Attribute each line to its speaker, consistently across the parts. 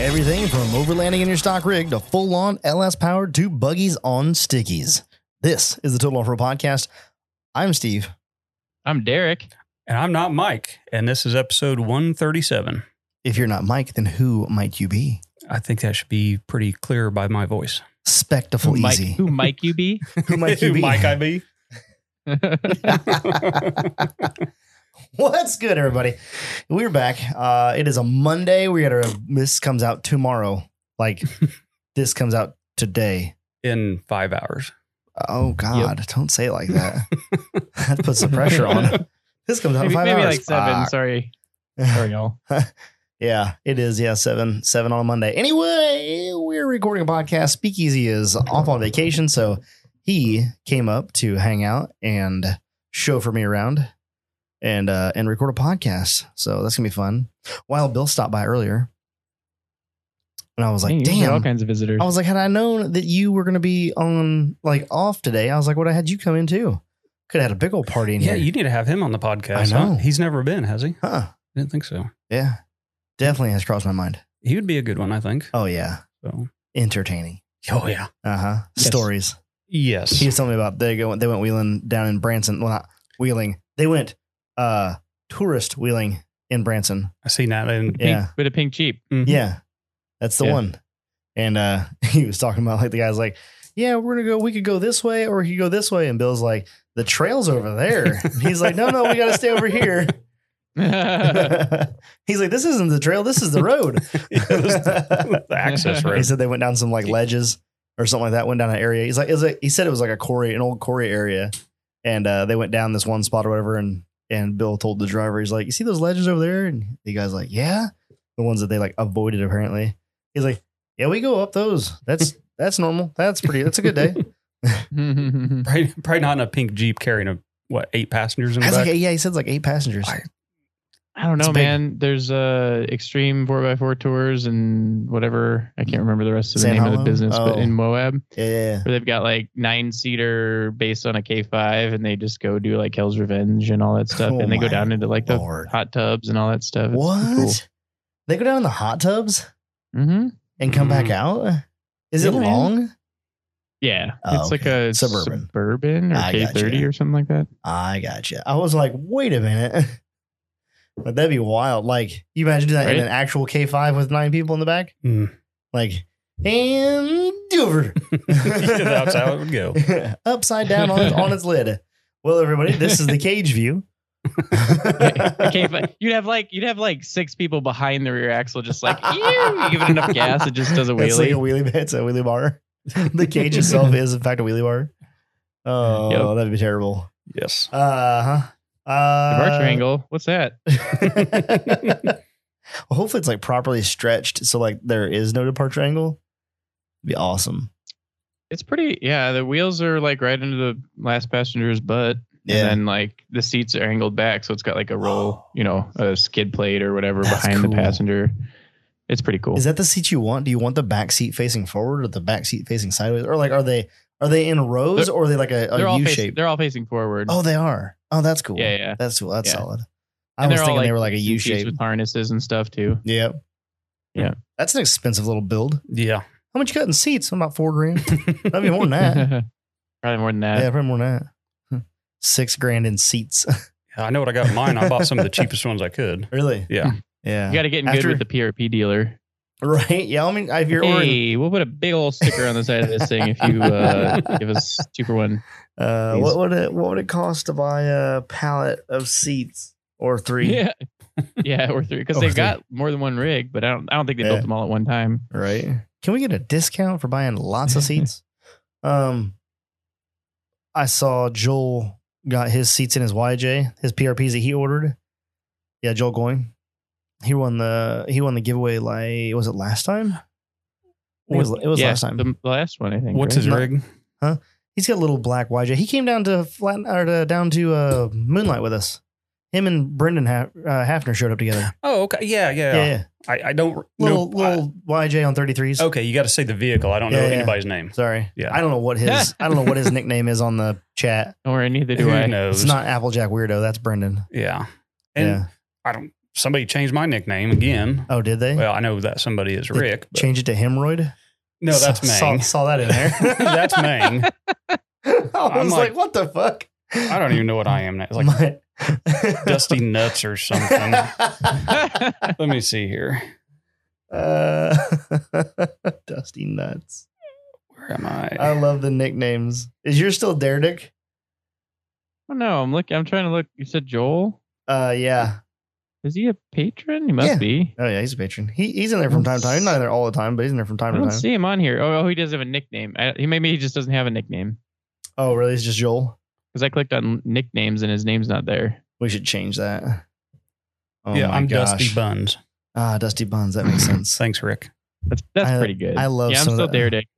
Speaker 1: everything from overlanding in your stock rig to full on LS powered to buggies on stickies. This is the Total Off Road Podcast. I'm Steve.
Speaker 2: I'm Derek.
Speaker 3: And I'm not Mike, and this is episode 137.
Speaker 1: If you're not Mike, then who might you be?
Speaker 3: I think that should be pretty clear by my voice.
Speaker 1: Spectacle
Speaker 2: who Mike,
Speaker 1: easy.
Speaker 2: who Mike you be?
Speaker 1: Who might you be?
Speaker 3: Mike I be?
Speaker 1: What's good, everybody? We're back. Uh, it is a Monday. We got a this comes out tomorrow. Like this comes out today.
Speaker 3: In five hours.
Speaker 1: Oh God! Don't say it like that. that puts the pressure on. This comes out
Speaker 2: maybe
Speaker 1: in five
Speaker 2: maybe
Speaker 1: hours.
Speaker 2: like seven.
Speaker 1: Fuck.
Speaker 2: Sorry. Sorry, y'all.
Speaker 1: Yeah, it is. Yeah, seven, seven on a Monday. Anyway, we're recording a podcast. Speakeasy is off on vacation, so he came up to hang out and show for me around and uh and record a podcast. So that's gonna be fun. While Bill stopped by earlier, and I was like,
Speaker 2: Dang, you get all
Speaker 1: "Damn!"
Speaker 2: kinds of visitors.
Speaker 1: I was like, "Had I known that you were gonna be on like off today, I was like, would I had you come in too? Could have had a big old party in
Speaker 3: Yeah,
Speaker 1: here."
Speaker 3: you need to have him on the podcast.
Speaker 1: I know.
Speaker 3: huh? He's never been, has he?
Speaker 1: huh?
Speaker 3: I didn't think so.
Speaker 1: Yeah, definitely has crossed my mind.
Speaker 3: He would be a good one, I think.
Speaker 1: Oh yeah,
Speaker 3: So.
Speaker 1: entertaining.
Speaker 3: Oh, yeah.
Speaker 1: Uh huh.
Speaker 2: Yes.
Speaker 1: Stories.
Speaker 3: Yes.
Speaker 1: He was telling me about they go they went wheeling down in Branson. Well, not wheeling. They went uh tourist wheeling in Branson.
Speaker 3: I seen that. And,
Speaker 2: Pink-
Speaker 1: yeah.
Speaker 2: With a pink Jeep.
Speaker 3: Mhm.
Speaker 1: Yeah, that's the
Speaker 2: Mm-hmm. Yeah.
Speaker 1: one. And uh he was talking about like the guy's like, yeah, we're gonna go. We could go this way, or we could go this way. And Bill's like, the trail's over there. And he's like, no, no, we gotta stay over here. he's like, this isn't the trail. This is the road.
Speaker 3: It was the, the access
Speaker 1: He
Speaker 3: road.
Speaker 1: said they went down some like ledges or something like that. Went down an area. He's like, it was like he said it was like a quarry, an old quarry area, and uh, they went down this one spot or whatever. And and Bill told the driver, he's like, you see those ledges over there? And the guy's like, yeah, the ones that they like avoided apparently. He's like, yeah, we go up those. That's that's normal. That's pretty. That's a good day.
Speaker 3: Probably, probably not in a pink Jeep carrying, a what, eight passengers in
Speaker 1: I
Speaker 3: the
Speaker 1: was
Speaker 3: back?
Speaker 1: like, yeah, he said it's like eight passengers.
Speaker 3: I-
Speaker 2: I don't
Speaker 1: It's
Speaker 2: know,
Speaker 1: big.
Speaker 2: man. There's uh extreme four x four tours and whatever. I can't remember the rest of the
Speaker 1: San
Speaker 2: name of
Speaker 1: Hollow?
Speaker 2: the business, but
Speaker 1: Oh.
Speaker 2: in Moab,
Speaker 1: Yeah, yeah,
Speaker 2: where they've got like nine seater based on a K five, and they just go do like Hell's Revenge and all that stuff,
Speaker 1: Oh
Speaker 2: and they go
Speaker 1: my
Speaker 2: down into like
Speaker 1: yeah.
Speaker 2: the
Speaker 1: Lord,
Speaker 2: hot tubs and all that stuff.
Speaker 1: what? They go down in the hot tubs
Speaker 2: Mm-hmm.
Speaker 1: and come back
Speaker 3: Mm.
Speaker 1: out. Is it
Speaker 2: Yeah, man.
Speaker 1: long?
Speaker 2: Yeah,
Speaker 1: Oh,
Speaker 2: it's like
Speaker 1: okay.
Speaker 2: a
Speaker 1: Suburban.
Speaker 2: suburban, suburban or
Speaker 1: I
Speaker 2: K
Speaker 1: gotcha.
Speaker 2: thirty or something like that.
Speaker 1: I gotcha. I was like, wait a minute. But that'd be wild. Like, you imagine doing that in
Speaker 2: Right? Hmm.
Speaker 1: an actual K5 with nine people in the back?
Speaker 3: Mm.
Speaker 1: Like, and Dover.
Speaker 3: Yeah, That's how it would go.
Speaker 1: Upside down on, on its lid. Well, everybody, this is the cage view.
Speaker 2: Okay, but you'd have like you'd have like six people behind the rear axle, just like "Ew," giving enough gas, it just does a
Speaker 1: It's like a
Speaker 2: wheelie.
Speaker 1: wheelie. It's a wheelie bar. The cage itself is, in fact, a wheelie bar. Oh,
Speaker 2: Yep.
Speaker 1: that'd be terrible.
Speaker 3: Yes.
Speaker 1: Uh huh. Uh,
Speaker 2: The March angle. What's that?
Speaker 1: well, hopefully it's like properly stretched so like there is no departure angle. It'd be awesome.
Speaker 2: It's pretty. Yeah, the wheels are like right into the last passenger's butt,
Speaker 1: Yeah.
Speaker 2: and then like the seats are angled back, so it's got like a roll, you know, a skid plate or whatever
Speaker 1: That's
Speaker 2: behind
Speaker 1: cool.
Speaker 2: the passenger. It's pretty cool.
Speaker 1: Is that the seat you want? Do you want the back seat facing forward or the back seat facing sideways? Or like are they are they in rows
Speaker 2: They're-
Speaker 1: or are they like a,
Speaker 2: they're
Speaker 1: a
Speaker 2: all
Speaker 1: U
Speaker 2: facing,
Speaker 1: shape?
Speaker 2: They're all facing forward.
Speaker 1: Oh, they are. Oh, that's cool.
Speaker 2: Yeah, yeah.
Speaker 1: That's cool. That's
Speaker 2: Yeah.
Speaker 1: solid. I
Speaker 2: And
Speaker 1: was
Speaker 2: they're all,
Speaker 1: thinking they
Speaker 2: like,
Speaker 1: were like a U
Speaker 2: Seats
Speaker 1: shape.
Speaker 2: with harnesses and stuff too.
Speaker 1: Yep.
Speaker 2: Yeah.
Speaker 1: That's an expensive little build.
Speaker 3: Yeah.
Speaker 1: How much you got in seats? About four grand. Probably more than that.
Speaker 2: Probably more than that.
Speaker 1: Eh. yeah, probably more than that. Hmm. Six grand in seats.
Speaker 3: I know what I got in mine. I bought some of the cheapest ones I could.
Speaker 1: really?
Speaker 3: Yeah.
Speaker 1: Yeah.
Speaker 2: Hmm. You got to get in
Speaker 1: After-
Speaker 2: good with the PRP dealer.
Speaker 1: Right. Yeah. I mean, if you're ordering,
Speaker 2: Hey, we'll put a big old sticker on the side of this thing if you uh, give us two for one.
Speaker 1: uh,
Speaker 2: Please.
Speaker 1: what would it what would it cost to buy a pallet of seats or three?
Speaker 2: Yeah, yeah, or three because
Speaker 1: Or
Speaker 2: they've
Speaker 1: three.
Speaker 2: got more than one rig, but I don't, I don't think they
Speaker 1: Yeah.
Speaker 2: built them all at one time.
Speaker 1: Right. Can we get a discount for buying lots of seats? um, I saw Joel got his seats in his YJ, his PRPs that he ordered. Yeah, Joel going. He won the he won the giveaway. Like was it last time? I think It was, it was
Speaker 2: yeah,
Speaker 1: last time.
Speaker 2: the the last one I think.
Speaker 3: What's
Speaker 2: right?
Speaker 3: his rig?
Speaker 1: He's got a little black YJ. He came down to flat or to, down to uh, Moonlight with us. Him and Brendan ha- uh, Hafner showed up together.
Speaker 3: Oh, okay. Yeah, yeah.
Speaker 1: Yeah, yeah.
Speaker 3: I, I don't
Speaker 1: Little
Speaker 3: know.
Speaker 1: little YJ on 33s.
Speaker 3: okay, you got to say the vehicle. I don't
Speaker 1: Yeah,
Speaker 3: know
Speaker 1: yeah.
Speaker 3: anybody's name.
Speaker 1: Sorry.
Speaker 3: Oh. Yeah.
Speaker 1: I don't know what his I don't know what his nickname is on the chat.
Speaker 2: Don't worry, neither do
Speaker 3: Who
Speaker 2: I.
Speaker 3: knows?
Speaker 1: It's not Applejack Weirdo. That's Brendan.
Speaker 3: Yeah. And
Speaker 1: yeah.
Speaker 3: I don't somebody changed my nickname again.
Speaker 1: Oh, did they?
Speaker 3: Well, I know that somebody is
Speaker 1: They
Speaker 3: Rick. But
Speaker 1: Change it to hemorrhoid?
Speaker 3: no, that's
Speaker 1: Saw,
Speaker 3: Mang.
Speaker 1: saw that in there.
Speaker 3: that's Mang.
Speaker 1: I was like,
Speaker 3: I'm like-
Speaker 1: what the fuck?
Speaker 3: I don't even know what I am now. It's like
Speaker 1: My-
Speaker 3: Dusty Nuts or something. Let me see here.
Speaker 1: Uh, Dusty nuts.
Speaker 3: Where am I?
Speaker 1: I love the nicknames. Is you're still there, Dick?
Speaker 2: Oh, no, I'm looking. I'm trying to look. You said Joel.
Speaker 1: Uh, yeah.
Speaker 2: Is he a patron? He must
Speaker 1: Yeah.
Speaker 2: be.
Speaker 1: Oh yeah, he's a patron. He, he's in there from time to time. He's not in there all the time, but he's in there from
Speaker 2: I
Speaker 1: time to
Speaker 2: don't
Speaker 1: time.
Speaker 2: see him on here. Oh, oh, he does have a nickname. I, he maybe he just doesn't have a nickname
Speaker 1: Oh really? It's just Joel.
Speaker 2: because I clicked on nicknames and his name's not there.
Speaker 1: We should change that. Oh
Speaker 3: yeah,
Speaker 1: my
Speaker 3: I'm
Speaker 1: gosh.
Speaker 3: Dusty Buns.
Speaker 1: Ah, Dusty Buns. That makes sense.
Speaker 3: Thanks, Rick.
Speaker 2: That's that's
Speaker 1: I-
Speaker 2: pretty good.
Speaker 1: I love
Speaker 2: Yeah, I'm
Speaker 1: some of
Speaker 2: still
Speaker 1: the-
Speaker 2: there, Dick.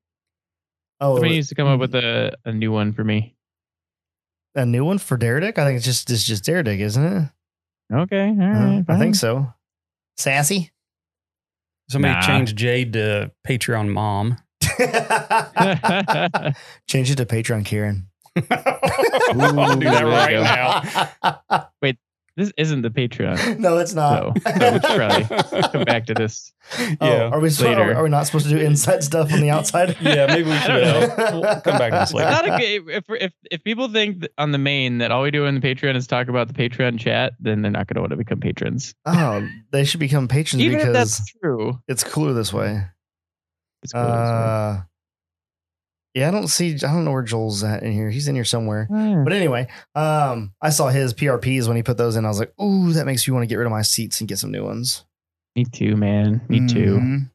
Speaker 1: Oh,
Speaker 2: Somebody needs to come up with a, a new one for me.
Speaker 1: a new one for Derek? I think it's just it's just Derek, isn't it?
Speaker 2: Okay, all right.
Speaker 1: Uh, I
Speaker 2: fine.
Speaker 1: think so. Sassy.
Speaker 3: Somebody
Speaker 2: Nah.
Speaker 3: changed Jade to Patreon Mom.
Speaker 1: Change it to Patreon, Karen.
Speaker 3: I'll do that
Speaker 2: there we
Speaker 3: right
Speaker 2: go.
Speaker 3: now.
Speaker 1: now.
Speaker 2: This isn't the Patreon.
Speaker 1: no, it's
Speaker 2: So,
Speaker 1: not.
Speaker 2: so we should probably come back to this.
Speaker 1: Oh,
Speaker 3: Yeah,
Speaker 1: are we supposed,
Speaker 2: later.
Speaker 1: are, we not supposed to do inside stuff on the outside?
Speaker 3: Yeah, maybe we
Speaker 2: I
Speaker 3: should.
Speaker 2: don't
Speaker 3: uh, we'll come back to this
Speaker 2: It's
Speaker 3: later.
Speaker 2: not
Speaker 1: uh,
Speaker 2: a good, if, if if people think that on the main that all we do on the Patreon is talk about the Patreon chat, then they're not going to want to become patrons.
Speaker 1: Oh, they should become patrons
Speaker 2: Even if
Speaker 1: because
Speaker 2: that's true,
Speaker 1: it's cooler this way.
Speaker 2: it's cool.
Speaker 1: Uh, yeah, I don't see. I don't know where Joel's at in here. He's in here somewhere.
Speaker 2: Ah,
Speaker 1: But anyway, um, I saw his PRPs when he put those in. I was like, ooh, that makes me want to get rid of my seats and get some new ones.
Speaker 2: me too, man. Me too.
Speaker 1: Mhm.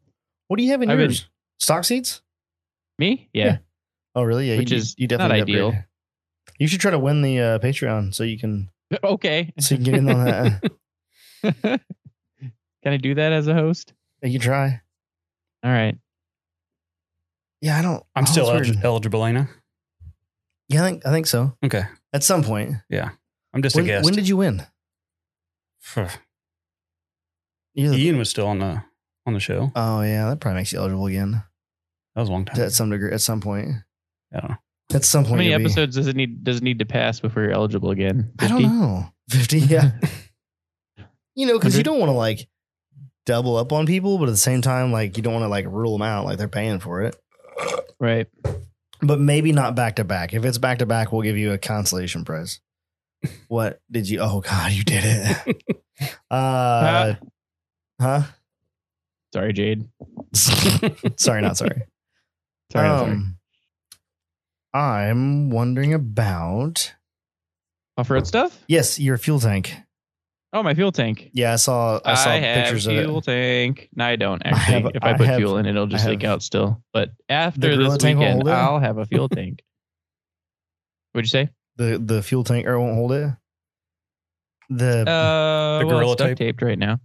Speaker 1: What do you have in
Speaker 2: I've been-
Speaker 1: yours? Stock seats?
Speaker 2: Me? Yeah.
Speaker 1: Yeah. Oh, really? Yeah,
Speaker 2: Which
Speaker 1: you,
Speaker 2: is
Speaker 1: you
Speaker 2: not
Speaker 1: definitely
Speaker 2: ideal.
Speaker 1: upgrade. You should try to win the uh, Patreon so you can
Speaker 2: Okay.
Speaker 1: so you can get in on that.
Speaker 2: Can I do that as a host?
Speaker 1: you can try.
Speaker 2: All right.
Speaker 1: Yeah, I don't.
Speaker 3: I'm
Speaker 1: oh,
Speaker 3: still
Speaker 1: that's
Speaker 3: elig-
Speaker 1: weird.
Speaker 3: eligible, ain't I?
Speaker 1: Yeah, I think I think so.
Speaker 3: Okay.
Speaker 1: At some point.
Speaker 3: I'm just
Speaker 1: When,
Speaker 3: a guest.
Speaker 1: when did you win? You're the-
Speaker 3: Ian was still on the on the show.
Speaker 1: oh yeah, that probably makes you eligible again.
Speaker 3: That was a long time.
Speaker 1: At some degree, at some point.
Speaker 3: I don't know.
Speaker 1: At some point.
Speaker 2: How many
Speaker 1: you'll be-
Speaker 2: episodes does it need does it need to pass before you're eligible again?
Speaker 1: I don't know. Fifty. Yeah. you know, because you
Speaker 2: 100?
Speaker 1: don't want to like double up on people, but at the same time, like you don't want to like rule them out, like they're paying for it.
Speaker 2: Right.
Speaker 1: But maybe not back to back. If it's back to back, we'll give you a consolation prize. What did you? Oh God, you did it. Uh, huh?
Speaker 2: Sorry, Jade.
Speaker 1: sorry, not sorry.
Speaker 2: Sorry, not sorry.
Speaker 1: Um, I'm wondering about
Speaker 2: Off road stuff?
Speaker 1: yes, your fuel tank.
Speaker 2: Oh, my fuel tank.
Speaker 1: Yeah, I saw I saw
Speaker 2: have
Speaker 1: pictures of
Speaker 2: fuel
Speaker 1: it.
Speaker 2: tank. No, I don't
Speaker 1: I
Speaker 2: actually.
Speaker 1: have-
Speaker 2: if I,
Speaker 1: I
Speaker 2: put
Speaker 1: have-
Speaker 2: fuel in, it'll just
Speaker 1: I
Speaker 2: leak
Speaker 1: have-
Speaker 2: out still. But
Speaker 1: The
Speaker 2: after
Speaker 1: gorilla
Speaker 2: this
Speaker 1: tank won't
Speaker 2: weekend,
Speaker 1: hold it?
Speaker 2: I'll have a fuel tank. What'd you say?
Speaker 1: The the fuel tank or it won't hold it. The
Speaker 2: Uh,
Speaker 3: The
Speaker 2: well,
Speaker 3: gorilla
Speaker 2: it's duct
Speaker 3: tape?
Speaker 2: taped right now.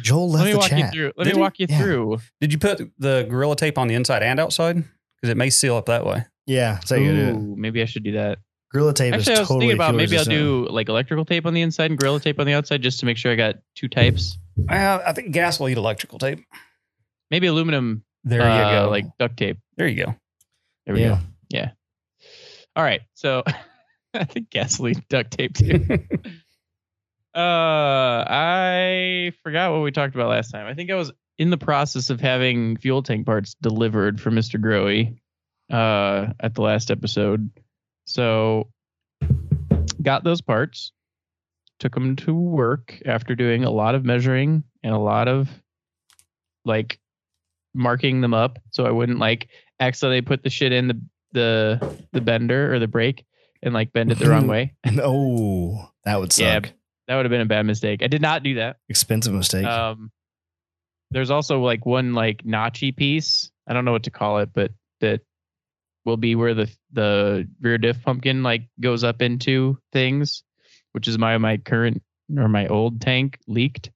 Speaker 1: Joel left
Speaker 2: Let me
Speaker 1: the
Speaker 2: walk
Speaker 1: chat.
Speaker 2: you through. Let
Speaker 1: Did
Speaker 2: me
Speaker 1: he?
Speaker 2: walk you
Speaker 1: Yeah.
Speaker 2: through.
Speaker 3: Did you put the gorilla tape on the inside and outside? Because it may seal up that way.
Speaker 1: Yeah, that's how you do it.
Speaker 2: Ooh, maybe I should do that.
Speaker 1: Gorilla tape
Speaker 2: Actually,
Speaker 1: is
Speaker 2: I was
Speaker 1: totally
Speaker 2: thinking about
Speaker 1: fuel
Speaker 2: maybe I'll
Speaker 1: resistant.
Speaker 2: do like electrical tape on the inside and gorilla tape on the outside just to make sure I got two types.
Speaker 3: Well, I think gas will eat electrical tape.
Speaker 2: Maybe aluminum.
Speaker 3: There you
Speaker 2: uh,
Speaker 3: go.
Speaker 2: Like duct tape.
Speaker 3: there you go.
Speaker 2: There we
Speaker 1: Yeah.
Speaker 2: go. Yeah. All right. So I think gasoline duct tape too. uh I forgot what we talked about last time. I think I was in the process of having fuel tank parts delivered for Mr. Growy uh at the last episode. So got those parts, took them to work after doing a lot of measuring and a lot of like marking them up so I wouldn't like accidentally put the shit in the the the bender or the brake and like bend it the wrong way.
Speaker 1: No, that would suck.
Speaker 2: Yeah. That would have been a bad mistake. I did not do that.
Speaker 1: Expensive mistake.
Speaker 2: Um, there's also like one like notchy piece. I don't know what to call it, but that will be where the the rear diff pumpkin like goes up into things, which is my my current or my old tank leaked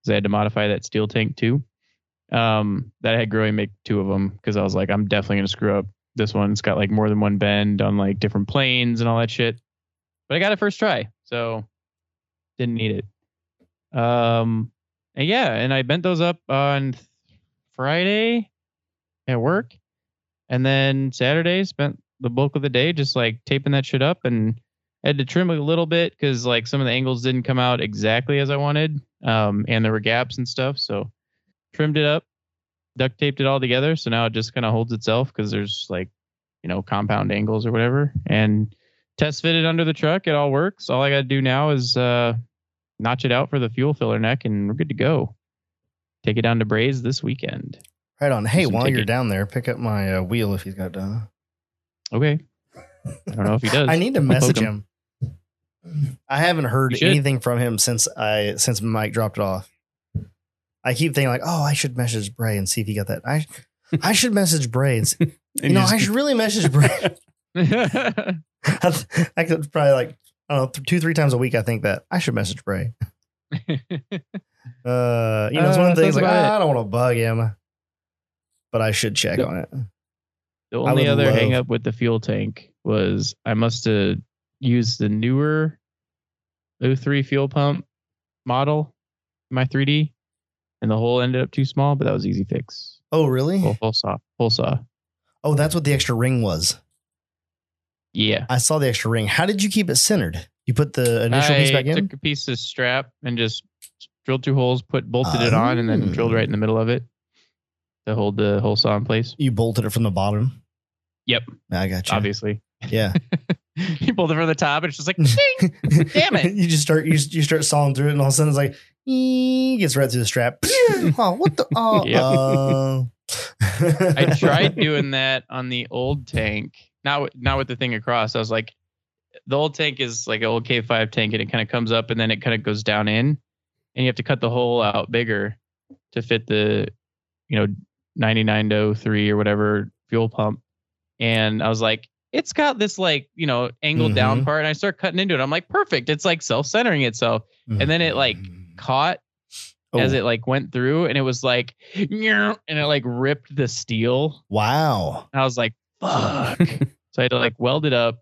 Speaker 2: because I had to modify that steel tank too. Um, that I had Growy make two of them because I was like, I'm definitely gonna screw up this one. It's got like more than one bend on like different planes and all that shit. But I got it first try, so didn't need it. Um, and yeah, and I bent those up on th- Friday at work. And then Saturday spent the bulk of the day just like taping that shit up and I had to trim a little bit because like some of the angles didn't come out exactly as I wanted, um, and there were gaps and stuff. So trimmed it up, duct taped it all together. So now it just kind of holds itself because there's like, you know, compound angles or whatever. And test fitted under the truck. It all works. All I got to do now is uh, notch it out for the fuel filler neck, and we're good to go. Take it down to Braze this weekend.
Speaker 1: Right on. Hey,
Speaker 2: Some
Speaker 1: while you're
Speaker 2: ticket.
Speaker 1: down there, pick up my uh, wheel if he's got done.
Speaker 2: Okay. I don't know if he does.
Speaker 1: I need to
Speaker 2: I'll
Speaker 1: message
Speaker 2: poke
Speaker 1: him. I haven't heard
Speaker 2: You should.
Speaker 1: anything from him since I since Mike dropped it off. I keep thinking like, oh, I should message Bray and see if he got that. I I should message Bray. And see, you
Speaker 3: And
Speaker 1: know,
Speaker 3: you just-
Speaker 1: I should really message Bray.
Speaker 2: yeah,
Speaker 1: I, th- I could probably like I don't know th- two three times a week. I think that I should message Bray. Uh, you know, it's one of the
Speaker 2: Uh,
Speaker 1: things like
Speaker 2: that's about
Speaker 1: "Ah, I don't want to bug him, but I should check on it.
Speaker 2: The
Speaker 1: I
Speaker 2: only
Speaker 1: would
Speaker 2: other
Speaker 1: love-
Speaker 2: hang up with the fuel tank was I must have used the newer O3 fuel pump model, my 3D, and the hole ended up too small, but that was easy fix.
Speaker 1: Oh, really?
Speaker 2: Full, full saw. Full saw.
Speaker 1: Oh, that's what the extra ring was.
Speaker 2: Yeah.
Speaker 1: I saw the extra ring. How did you keep it centered? You put the initial piece
Speaker 2: I
Speaker 1: back in.
Speaker 2: took a piece of strap and just drilled two holes, put bolted it on, and then drilled right
Speaker 1: Ah.
Speaker 2: in the middle of it to hold the hole saw in place.
Speaker 1: You bolted it from the bottom.
Speaker 2: Yep,
Speaker 1: I got you.
Speaker 2: obviously.
Speaker 1: Yeah.
Speaker 2: you bolt it from the top, and it's just like, ding! Damn it.
Speaker 1: You just start you, you start sawing through it, and all of a sudden it's like "Ee," gets right through the strap. oh, what the? Oh,
Speaker 2: Yeah.
Speaker 1: uh.
Speaker 2: I tried doing that on the old tank, not with- not with the thing across. I was like, the old tank is like an old K5 tank, and it kind of comes up and then it kind of goes down in, and you have to cut the hole out bigger to fit the, you know, 99 to 03 or whatever fuel pump. And I was like, it's got this like you know angled down part, and I start cutting into it. I'm like, perfect. It's like self centering itself, and then it, like,
Speaker 1: Mm.
Speaker 2: caught
Speaker 1: Oh,
Speaker 2: as it like went through, and it was like, and it like ripped the steel
Speaker 1: wow.
Speaker 2: and I was like, fuck. so I had to like weld it up.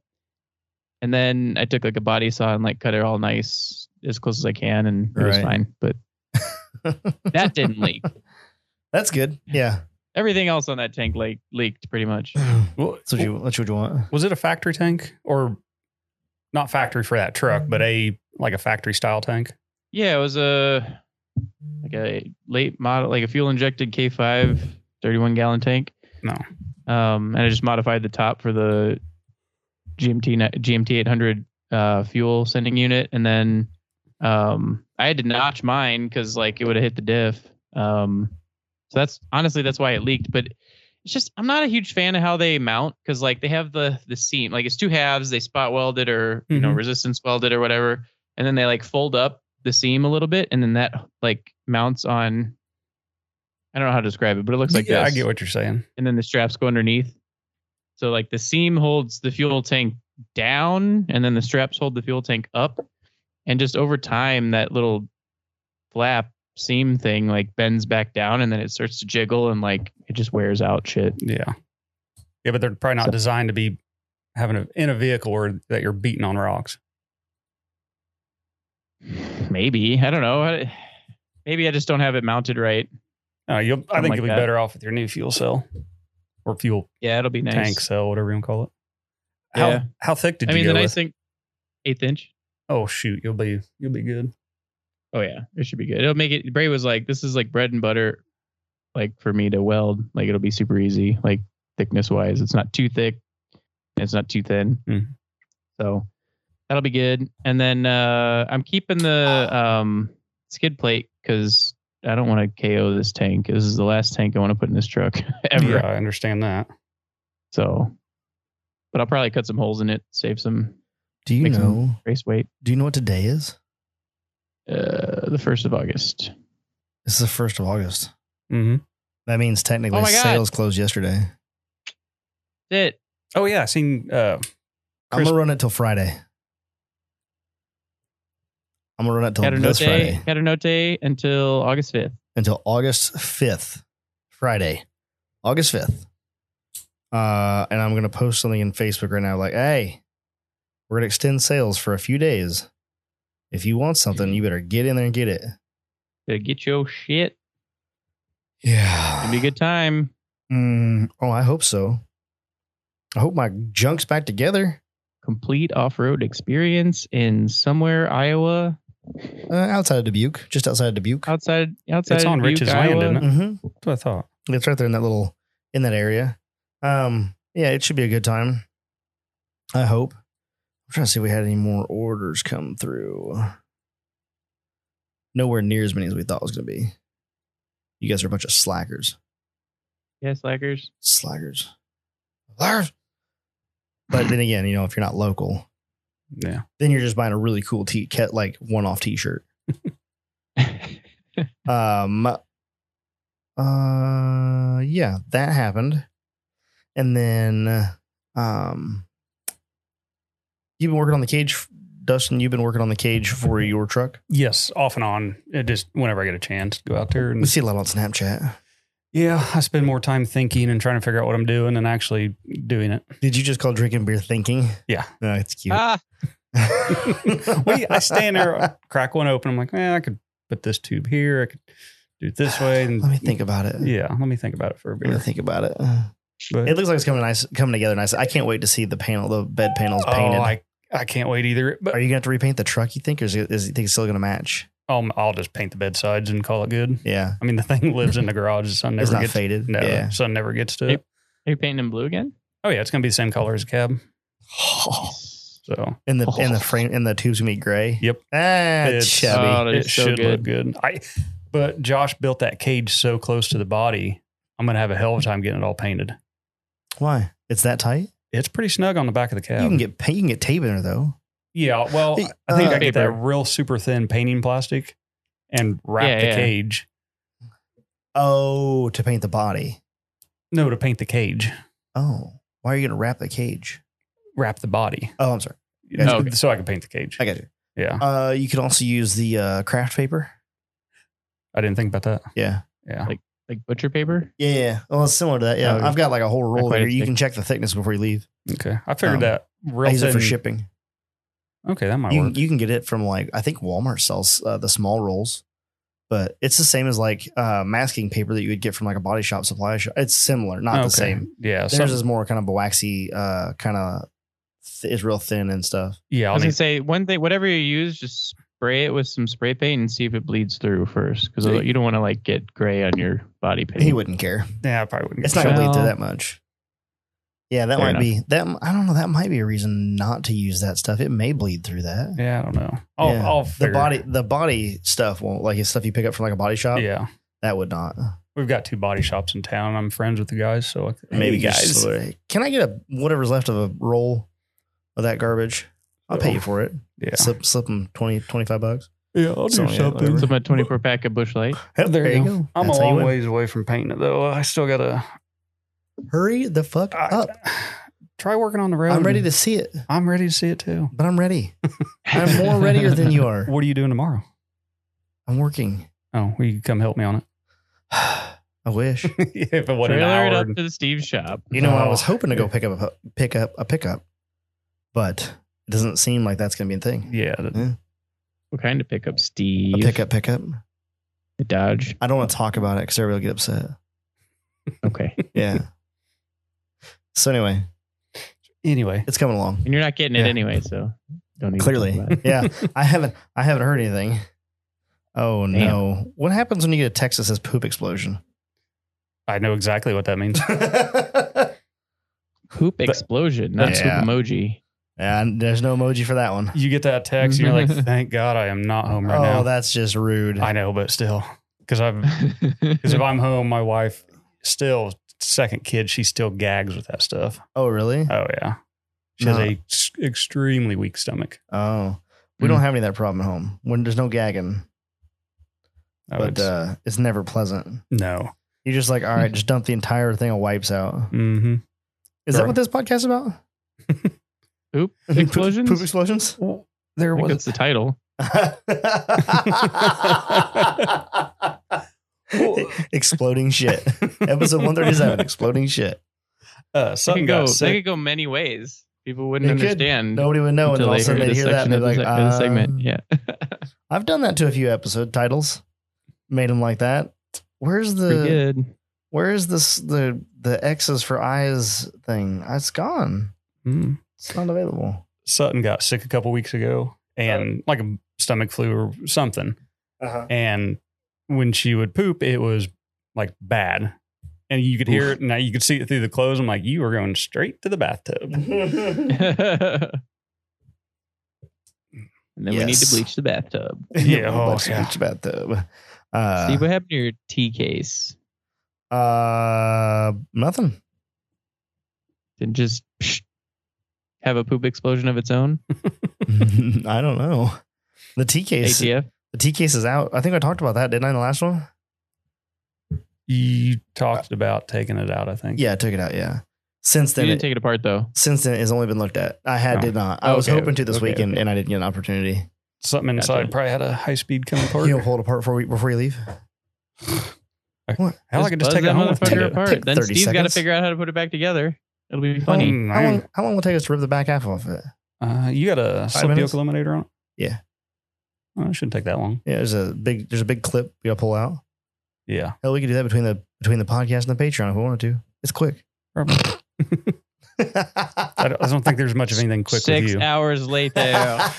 Speaker 2: And then I took like a body saw and like cut it all nice as close as I can and it was
Speaker 1: Right.
Speaker 2: fine. But that didn't leak.
Speaker 1: That's good. Yeah.
Speaker 2: Everything else on that tank like leaked pretty much.
Speaker 3: Well,
Speaker 1: That's what you, that's what you want.
Speaker 3: was it a factory tank or not factory for that truck, but a like a factory style tank?
Speaker 2: Yeah, it was a like a late model, like a fuel injected K5 31 gallon tank.
Speaker 3: No.
Speaker 2: Um, and I just modified the top for the GMT ni- GMT 800 uh, fuel sending unit, and then um, I had to notch mine because like it would have hit the diff. Um, so that's honestly that's why it leaked. But it's just I'm not a huge fan of how they mount because like they have the the seam like it's two halves. They spot weld it or you know
Speaker 3: Mhm.
Speaker 2: resistance welded or whatever, and then they like fold up the seam a little bit, and then that like mounts on. I don't know how to describe it, but it looks like
Speaker 3: yeah,
Speaker 2: this
Speaker 3: I get what you're saying.
Speaker 2: and then the straps go underneath. So like the seam holds the fuel tank down, and then the straps hold the fuel tank up, and just over time that little flap seam thing like bends back down, and then it starts to jiggle, and like it just wears out shit.
Speaker 3: Yeah. Yeah, but they're probably not
Speaker 2: So-
Speaker 3: designed to be having a, in a vehicle where that you're beating on rocks.
Speaker 2: Maybe I don't know. I- Maybe I just don't have it mounted right.
Speaker 3: Uh, you'll, I
Speaker 2: Something
Speaker 3: think
Speaker 2: like
Speaker 3: you'll be
Speaker 2: that.
Speaker 3: better off with your new fuel cell or fuel
Speaker 2: Yeah, it'll be nice.
Speaker 3: tank cell, whatever you want to call it. How,
Speaker 2: Yeah.
Speaker 3: how thick did
Speaker 2: I mean
Speaker 3: you
Speaker 2: the
Speaker 3: go
Speaker 2: nice
Speaker 3: with?
Speaker 2: thing, eighth inch.
Speaker 3: Oh shoot, you'll be you'll be good.
Speaker 2: Oh yeah, it should be good. It'll make it. Bray was like, "This is like bread and butter, like for me to weld. Like it'll be super easy, like thickness wise. It's not too thick, and it's not too thin.
Speaker 3: Mhm.
Speaker 2: So that'll be good. And then uh, I'm keeping the um, skid plate because I don't want to KO this tank. This is the last tank I want to put in this truck ever.
Speaker 3: Yeah, I understand that.
Speaker 2: So, but I'll probably cut some holes in it, save some
Speaker 1: Do you
Speaker 2: Make some-
Speaker 1: know?
Speaker 2: race weight.
Speaker 1: Do you know what today is?
Speaker 2: Uh, the first of August.
Speaker 1: This is the first of August.
Speaker 3: Mm-hmm.
Speaker 1: That means technically
Speaker 2: Oh my God.
Speaker 1: sales closed yesterday.
Speaker 2: That's it.
Speaker 3: Oh yeah, I seen. Uh,
Speaker 1: I'm
Speaker 3: Chris-
Speaker 1: gonna run it till Friday. I'm gonna run it till this Friday
Speaker 2: Catanote, Catanote until August 5th.
Speaker 1: until August 5th, Friday, August 5th. Uh, and I'm gonna post something in Facebook right now, like, hey, we're gonna extend sales for a few days. If you want something, you better get in there and get it.
Speaker 2: to get your shit.
Speaker 1: Yeah,
Speaker 2: It'll be a good time.
Speaker 1: Mm, oh, I hope so. I hope my junk's back together.
Speaker 2: complete off-road experience in somewhere Iowa
Speaker 1: Uh, outside of Dubuque, just outside of Dubuque.
Speaker 2: outside outside
Speaker 3: It's
Speaker 2: of
Speaker 3: on
Speaker 2: Dubuque,
Speaker 3: Rich's land,
Speaker 2: Iowa.
Speaker 3: isn't it?
Speaker 1: Mm-hmm.
Speaker 3: That's what I thought.
Speaker 1: It's right there in that little in that area. Um, yeah, it should be a good time. I hope. I'm trying to see if we had any more orders come through. Nowhere near as many as we thought it was gonna be. You guys are a bunch of slackers.
Speaker 2: Yeah, slackers.
Speaker 1: Slackers. Slackers. But then again, you know, if you're not local,
Speaker 3: Yeah.
Speaker 1: then you're just buying a really cool t cat like one off t shirt. Um uh yeah, that happened. And then um you've been working on the cage Dustin, you've been working on the cage for
Speaker 3: Mm-hmm.
Speaker 1: your truck.
Speaker 3: Yes, off and on. It just whenever I get a chance, go out there
Speaker 1: We
Speaker 3: and
Speaker 1: see a lot on Snapchat.
Speaker 3: yeah, I spend more time thinking and trying to figure out what I'm doing than actually doing it.
Speaker 1: Did you just call drinking beer thinking?
Speaker 3: Yeah.
Speaker 1: No, it's cute.
Speaker 2: ah,
Speaker 3: Wait, I stand there, crack one open. I'm like, eh, I could put this tube here. I could do it this way. And
Speaker 1: Let me think about it.
Speaker 3: Yeah, let me think about it for a
Speaker 1: Let me
Speaker 3: bit.
Speaker 1: think about it.
Speaker 3: But,
Speaker 1: It looks like it's coming nice coming together nice. I can't wait to see the panel, the bed panels
Speaker 3: oh,
Speaker 1: painted.
Speaker 3: I, I can't wait either. But
Speaker 1: Are you gonna have to repaint the truck, you think, or is it is you think it's still gonna match?
Speaker 3: um, I'll just paint the bedsides and call it good.
Speaker 1: Yeah.
Speaker 3: I mean, the thing lives in the garage. The sun
Speaker 1: It's
Speaker 3: never
Speaker 1: not
Speaker 3: gets
Speaker 1: faded.
Speaker 3: No,
Speaker 1: Yeah.
Speaker 3: sun never gets to
Speaker 2: Yep. are
Speaker 3: it.
Speaker 2: you painting in blue again?
Speaker 3: Oh yeah, it's gonna be the same color as the cab. So
Speaker 1: And the and the frame and the tubes gonna be gray.
Speaker 3: Yep.
Speaker 1: Ah,
Speaker 3: It's- uh,
Speaker 1: chubby.
Speaker 2: Oh, that'd be
Speaker 3: it
Speaker 2: so
Speaker 3: should
Speaker 2: good.
Speaker 3: look good. I, but Josh built that cage so close to the body. I'm gonna have a hell of a time getting it all painted.
Speaker 1: Why? It's that tight.
Speaker 3: It's pretty snug on the back of the cab.
Speaker 1: You can get pa- you can get tape in there though.
Speaker 3: yeah, well,
Speaker 1: Hey,
Speaker 3: I think
Speaker 1: uh,
Speaker 3: I get that
Speaker 2: paper.
Speaker 3: real super thin painting plastic and wrap
Speaker 2: Yeah,
Speaker 3: the
Speaker 2: yeah.
Speaker 3: cage.
Speaker 1: Oh, to paint the body.
Speaker 3: No, to paint the cage,
Speaker 1: Oh, why are you gonna wrap the cage?
Speaker 3: wrap the body.
Speaker 1: Oh, I'm sorry.
Speaker 2: Oh, okay.
Speaker 3: So I can paint the cage.
Speaker 1: I got you.
Speaker 3: yeah,
Speaker 1: Uh, you could also use the uh, craft paper.
Speaker 3: I didn't think about that.
Speaker 1: Yeah.
Speaker 3: Yeah,
Speaker 2: Like butcher paper?
Speaker 1: Yeah, yeah. Well, it's similar to that. Yeah,
Speaker 2: Oh,
Speaker 1: I've got like a whole roll
Speaker 2: quite
Speaker 1: there.
Speaker 2: as
Speaker 1: You
Speaker 2: thick.
Speaker 1: can check the thickness before you leave.
Speaker 3: okay. I figured
Speaker 1: Um,
Speaker 3: that
Speaker 1: I
Speaker 3: real
Speaker 1: use it
Speaker 3: thin.
Speaker 1: for shipping.
Speaker 3: Okay, that might
Speaker 1: You
Speaker 3: work.
Speaker 1: can, you can get it from like I think Walmart sells uh, the small rolls, but it's the same as like uh, masking paper that you would get from like a body shop supply shop. It's similar, not
Speaker 3: okay.
Speaker 1: the same.
Speaker 3: Yeah,
Speaker 1: Theirs
Speaker 3: some-
Speaker 1: is more kind of a waxy, uh, kind of th- is real thin and stuff.
Speaker 3: yeah.
Speaker 2: I
Speaker 3: I'll
Speaker 2: was
Speaker 3: need
Speaker 2: gonna say one thing. Whatever you use, just spray it with some spray paint and see if it bleeds through first, because
Speaker 3: Yeah.
Speaker 2: you don't want to like get gray on your body paint.
Speaker 1: He wouldn't care.
Speaker 3: Yeah, I probably wouldn't.
Speaker 1: It's
Speaker 3: get
Speaker 1: not gonna bleed through
Speaker 2: Well-
Speaker 1: that much. Yeah, that
Speaker 2: Fair
Speaker 1: might be that. I don't know. That might be a reason not to use that stuff. It may bleed through that.
Speaker 3: it. Yeah, I don't know. I'll,
Speaker 1: Yeah.
Speaker 3: I'll
Speaker 1: The
Speaker 3: figure
Speaker 1: body, the body stuff won't like it's stuff you pick up from like a body shop.
Speaker 3: Yeah,
Speaker 1: that would not.
Speaker 3: we've got two body shops in town. I'm friends with the guys, so I-
Speaker 1: Maybe
Speaker 3: Hey,
Speaker 1: just- Can I get a whatever's left of a roll of that garbage? I'll pay you for it.
Speaker 3: Oh, Yeah,
Speaker 1: Slip, slip them 20, 25 bucks.
Speaker 3: yeah, I'll
Speaker 1: So, yeah, whatever.
Speaker 2: Some a 24 pack of Bush Light.
Speaker 1: Hell,
Speaker 3: There you
Speaker 1: go.
Speaker 3: I'm
Speaker 1: That's
Speaker 3: a
Speaker 1: how you
Speaker 3: long
Speaker 1: win.
Speaker 3: ways away from painting it though. I still gotta
Speaker 1: Hurry the fuck
Speaker 3: I-
Speaker 1: up!
Speaker 3: try working on the road.
Speaker 1: I'm ready to see it,
Speaker 3: I'm ready to see it too.
Speaker 1: but I'm ready. I'm more readier than you are.
Speaker 3: What are you doing tomorrow?
Speaker 1: I'm working.
Speaker 3: Oh, well, you can come help me on it.
Speaker 1: I wish.
Speaker 3: if it was an
Speaker 2: Trailer it
Speaker 3: hour,
Speaker 2: up to the Steve shop.
Speaker 1: You know, I
Speaker 3: No.
Speaker 1: was hoping to go pick up a pick up a pickup, but it doesn't seem like that's going to be a thing.
Speaker 3: yeah, that-
Speaker 2: What kind of pickup, Steve?
Speaker 1: A pickup pickup.
Speaker 2: A Dodge.
Speaker 1: I don't want to talk about it because everybody will get upset.
Speaker 2: Okay.
Speaker 1: Yeah. so anyway,
Speaker 3: anyway,
Speaker 1: it's coming along.
Speaker 2: and you're not getting it
Speaker 3: Yeah.
Speaker 2: anyway, so don't need to talk
Speaker 1: Clearly,
Speaker 2: about it.
Speaker 1: yeah. I haven't I haven't heard anything. Oh no! What happens when you get a text that says poop explosion?
Speaker 3: I know exactly what that means.
Speaker 1: yeah,
Speaker 2: Poop explosion, not
Speaker 1: Yeah.
Speaker 2: poop emoji.
Speaker 1: and there's no emoji for that one.
Speaker 3: You get that text, and you're like, "Thank God I am not home right
Speaker 1: oh,
Speaker 3: now."
Speaker 1: that's just rude.
Speaker 3: I know, but still, because I've Because if I'm home, my wife still second kid, she still gags with that stuff.
Speaker 1: oh really?
Speaker 3: Oh yeah, she
Speaker 1: No.
Speaker 3: has a s- extremely weak stomach.
Speaker 1: Oh,
Speaker 3: Hmm.
Speaker 1: we don't have any of that problem at home when there's no gagging,
Speaker 3: Oh,
Speaker 1: but
Speaker 3: it's-
Speaker 1: uh, it's never pleasant.
Speaker 3: no,
Speaker 1: You're just like, all right, just dump the entire thing of wipes out.
Speaker 3: mm-hmm.
Speaker 1: Is that
Speaker 3: Sure.
Speaker 1: what this podcast is about?
Speaker 2: poop
Speaker 1: Poop-
Speaker 2: explosions.
Speaker 1: Poop explosions?
Speaker 3: there
Speaker 2: I think that's
Speaker 3: was
Speaker 2: the title.
Speaker 1: Exploding shit. Episode 137 Exploding shit.
Speaker 3: Uh,
Speaker 2: They
Speaker 3: something
Speaker 2: could go.
Speaker 3: got
Speaker 2: They
Speaker 3: sick.
Speaker 2: could go many ways. People wouldn't
Speaker 1: They could.
Speaker 2: understand.
Speaker 1: Nobody would know. And then
Speaker 2: Mm-hmm. until
Speaker 1: all of a sudden
Speaker 2: they heard
Speaker 1: they'd
Speaker 2: this
Speaker 1: hear that
Speaker 2: section
Speaker 1: and they'd
Speaker 2: of
Speaker 1: be
Speaker 2: the
Speaker 1: like,
Speaker 2: se- of the segment.
Speaker 1: um,
Speaker 2: Yeah.
Speaker 1: I've done that to a few episode titles, made them like that. Where's
Speaker 2: Pretty
Speaker 1: the
Speaker 2: good.
Speaker 1: where's this the the X's for eyes thing? Ah, It's gone.
Speaker 3: Mm.
Speaker 1: Hmm. It's not available.
Speaker 3: Sutton got sick a couple weeks ago and like a stomach flu or something.
Speaker 1: Uh-huh.
Speaker 3: And when she would poop, it was like bad. And you could hear it. Now you could see it through the clothes. I'm like, you were going straight to the bathtub.
Speaker 1: yeah.
Speaker 2: and then we need to
Speaker 1: Yes.
Speaker 2: bleach the bathtub.
Speaker 3: oh,
Speaker 1: Let's
Speaker 3: yeah.
Speaker 1: reach bathtub. Uh,
Speaker 2: Steve, what happened to your tea case?
Speaker 1: uh, nothing.
Speaker 2: Didn't just psh, have a poop explosion of its own?
Speaker 1: I don't know. The T case.
Speaker 2: ATF?
Speaker 1: The T case is out. I think I talked about that, didn't I? In the last one.
Speaker 3: You talked about taking it out, I think.
Speaker 1: Uh, Yeah, I took it out. Yeah. Since
Speaker 2: You
Speaker 1: then,
Speaker 2: didn't
Speaker 1: it,
Speaker 2: take it apart though.
Speaker 1: since then, it's only been looked at. I had
Speaker 3: Oh.
Speaker 1: did not. I was
Speaker 2: Ah. Okay,
Speaker 1: hoping to this
Speaker 2: okay,
Speaker 1: weekend,
Speaker 2: okay.
Speaker 1: and I didn't get an opportunity.
Speaker 3: Something inside
Speaker 2: Gotcha.
Speaker 3: probably had a high speed coming apart.
Speaker 1: You'll hold apart before we, before you leave.
Speaker 3: Hell, I could just take it home with
Speaker 1: motherfucker
Speaker 2: it
Speaker 3: me.
Speaker 1: Take- take
Speaker 2: apart. Then
Speaker 1: 30
Speaker 2: Steve's got to
Speaker 1: seconds.
Speaker 2: figure out how to put it back together. It'll be
Speaker 1: How
Speaker 2: funny.
Speaker 1: long- How long, how long will it take us to rip the back half off of it?
Speaker 3: Uh, you got a slip
Speaker 1: minutes?
Speaker 3: yoke eliminator on it?
Speaker 1: Yeah.
Speaker 3: Well, it shouldn't take that long.
Speaker 1: Yeah, there's a big there's a big clip we gotta pull out.
Speaker 3: Yeah.
Speaker 1: Hell, we could do that between the between the podcast and the Patreon if we wanted to. It's quick.
Speaker 3: Probably. I don't, I don't think there's much of anything quick
Speaker 2: Six
Speaker 3: with you.
Speaker 2: hours later.
Speaker 3: Hey,
Speaker 2: Come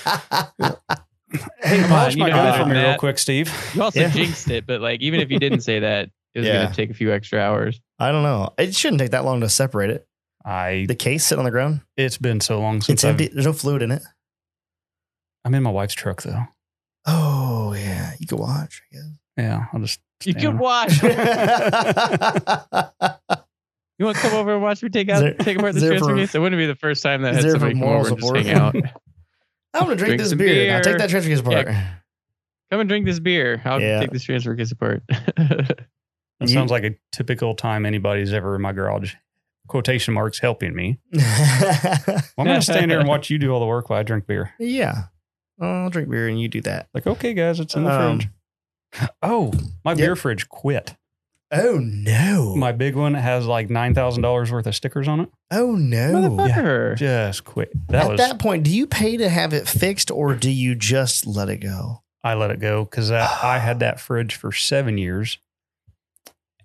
Speaker 3: polish
Speaker 2: on,
Speaker 3: my
Speaker 2: you know
Speaker 3: gun
Speaker 2: how to
Speaker 3: for
Speaker 2: do
Speaker 3: me real
Speaker 2: that.
Speaker 3: quick, Steve.
Speaker 2: you also
Speaker 1: Yeah.
Speaker 2: jinxed it, but like even if you didn't say that, it was
Speaker 1: Yeah.
Speaker 2: gonna take a few extra hours.
Speaker 1: I don't know. It shouldn't take that long to separate it.
Speaker 3: I.
Speaker 1: The case sitting on the ground.
Speaker 3: It's been so long since
Speaker 1: It's
Speaker 3: I've,
Speaker 1: empty. There's no fluid in it.
Speaker 3: I'm in my wife's truck though.
Speaker 1: Oh yeah, you could watch. I guess.
Speaker 3: Yeah, I'll just.
Speaker 2: You
Speaker 3: stand
Speaker 2: can
Speaker 3: there.
Speaker 2: watch. You want to come over and watch me take out,
Speaker 1: Is there-
Speaker 2: take apart
Speaker 1: is
Speaker 2: the
Speaker 1: there for-
Speaker 2: transfer case? It wouldn't be the first time that
Speaker 1: is
Speaker 2: I had
Speaker 1: there for
Speaker 2: somebody come
Speaker 1: moral
Speaker 2: over and just
Speaker 1: support?
Speaker 2: hang out.
Speaker 1: I'm gonna drink,
Speaker 2: Drink
Speaker 1: this
Speaker 2: some
Speaker 1: beer. Now take
Speaker 2: beer.
Speaker 1: that transfer case apart.
Speaker 2: Come and drink this beer. I'll
Speaker 1: Yeah. Oh,
Speaker 2: take this transfer case apart.
Speaker 3: That
Speaker 1: You-
Speaker 3: sounds like a typical time anybody's ever in my garage. Quotation marks helping me. Well, I'm gonna stand here and watch you do all the work while I drink beer.
Speaker 1: yeah, I'll drink beer and you do that.
Speaker 3: Like, okay, guys, it's in the
Speaker 1: Um,
Speaker 3: fridge. Oh, my
Speaker 1: Yep.
Speaker 3: beer fridge quit.
Speaker 1: Oh no!
Speaker 3: My big one has like nine thousand dollars worth of stickers on it.
Speaker 1: oh no!
Speaker 2: Motherfucker.
Speaker 3: Just quit. That
Speaker 1: At
Speaker 3: was
Speaker 1: that point, do you pay to have it fixed or do you just let it go?
Speaker 3: I let it go because I had that fridge for seven years.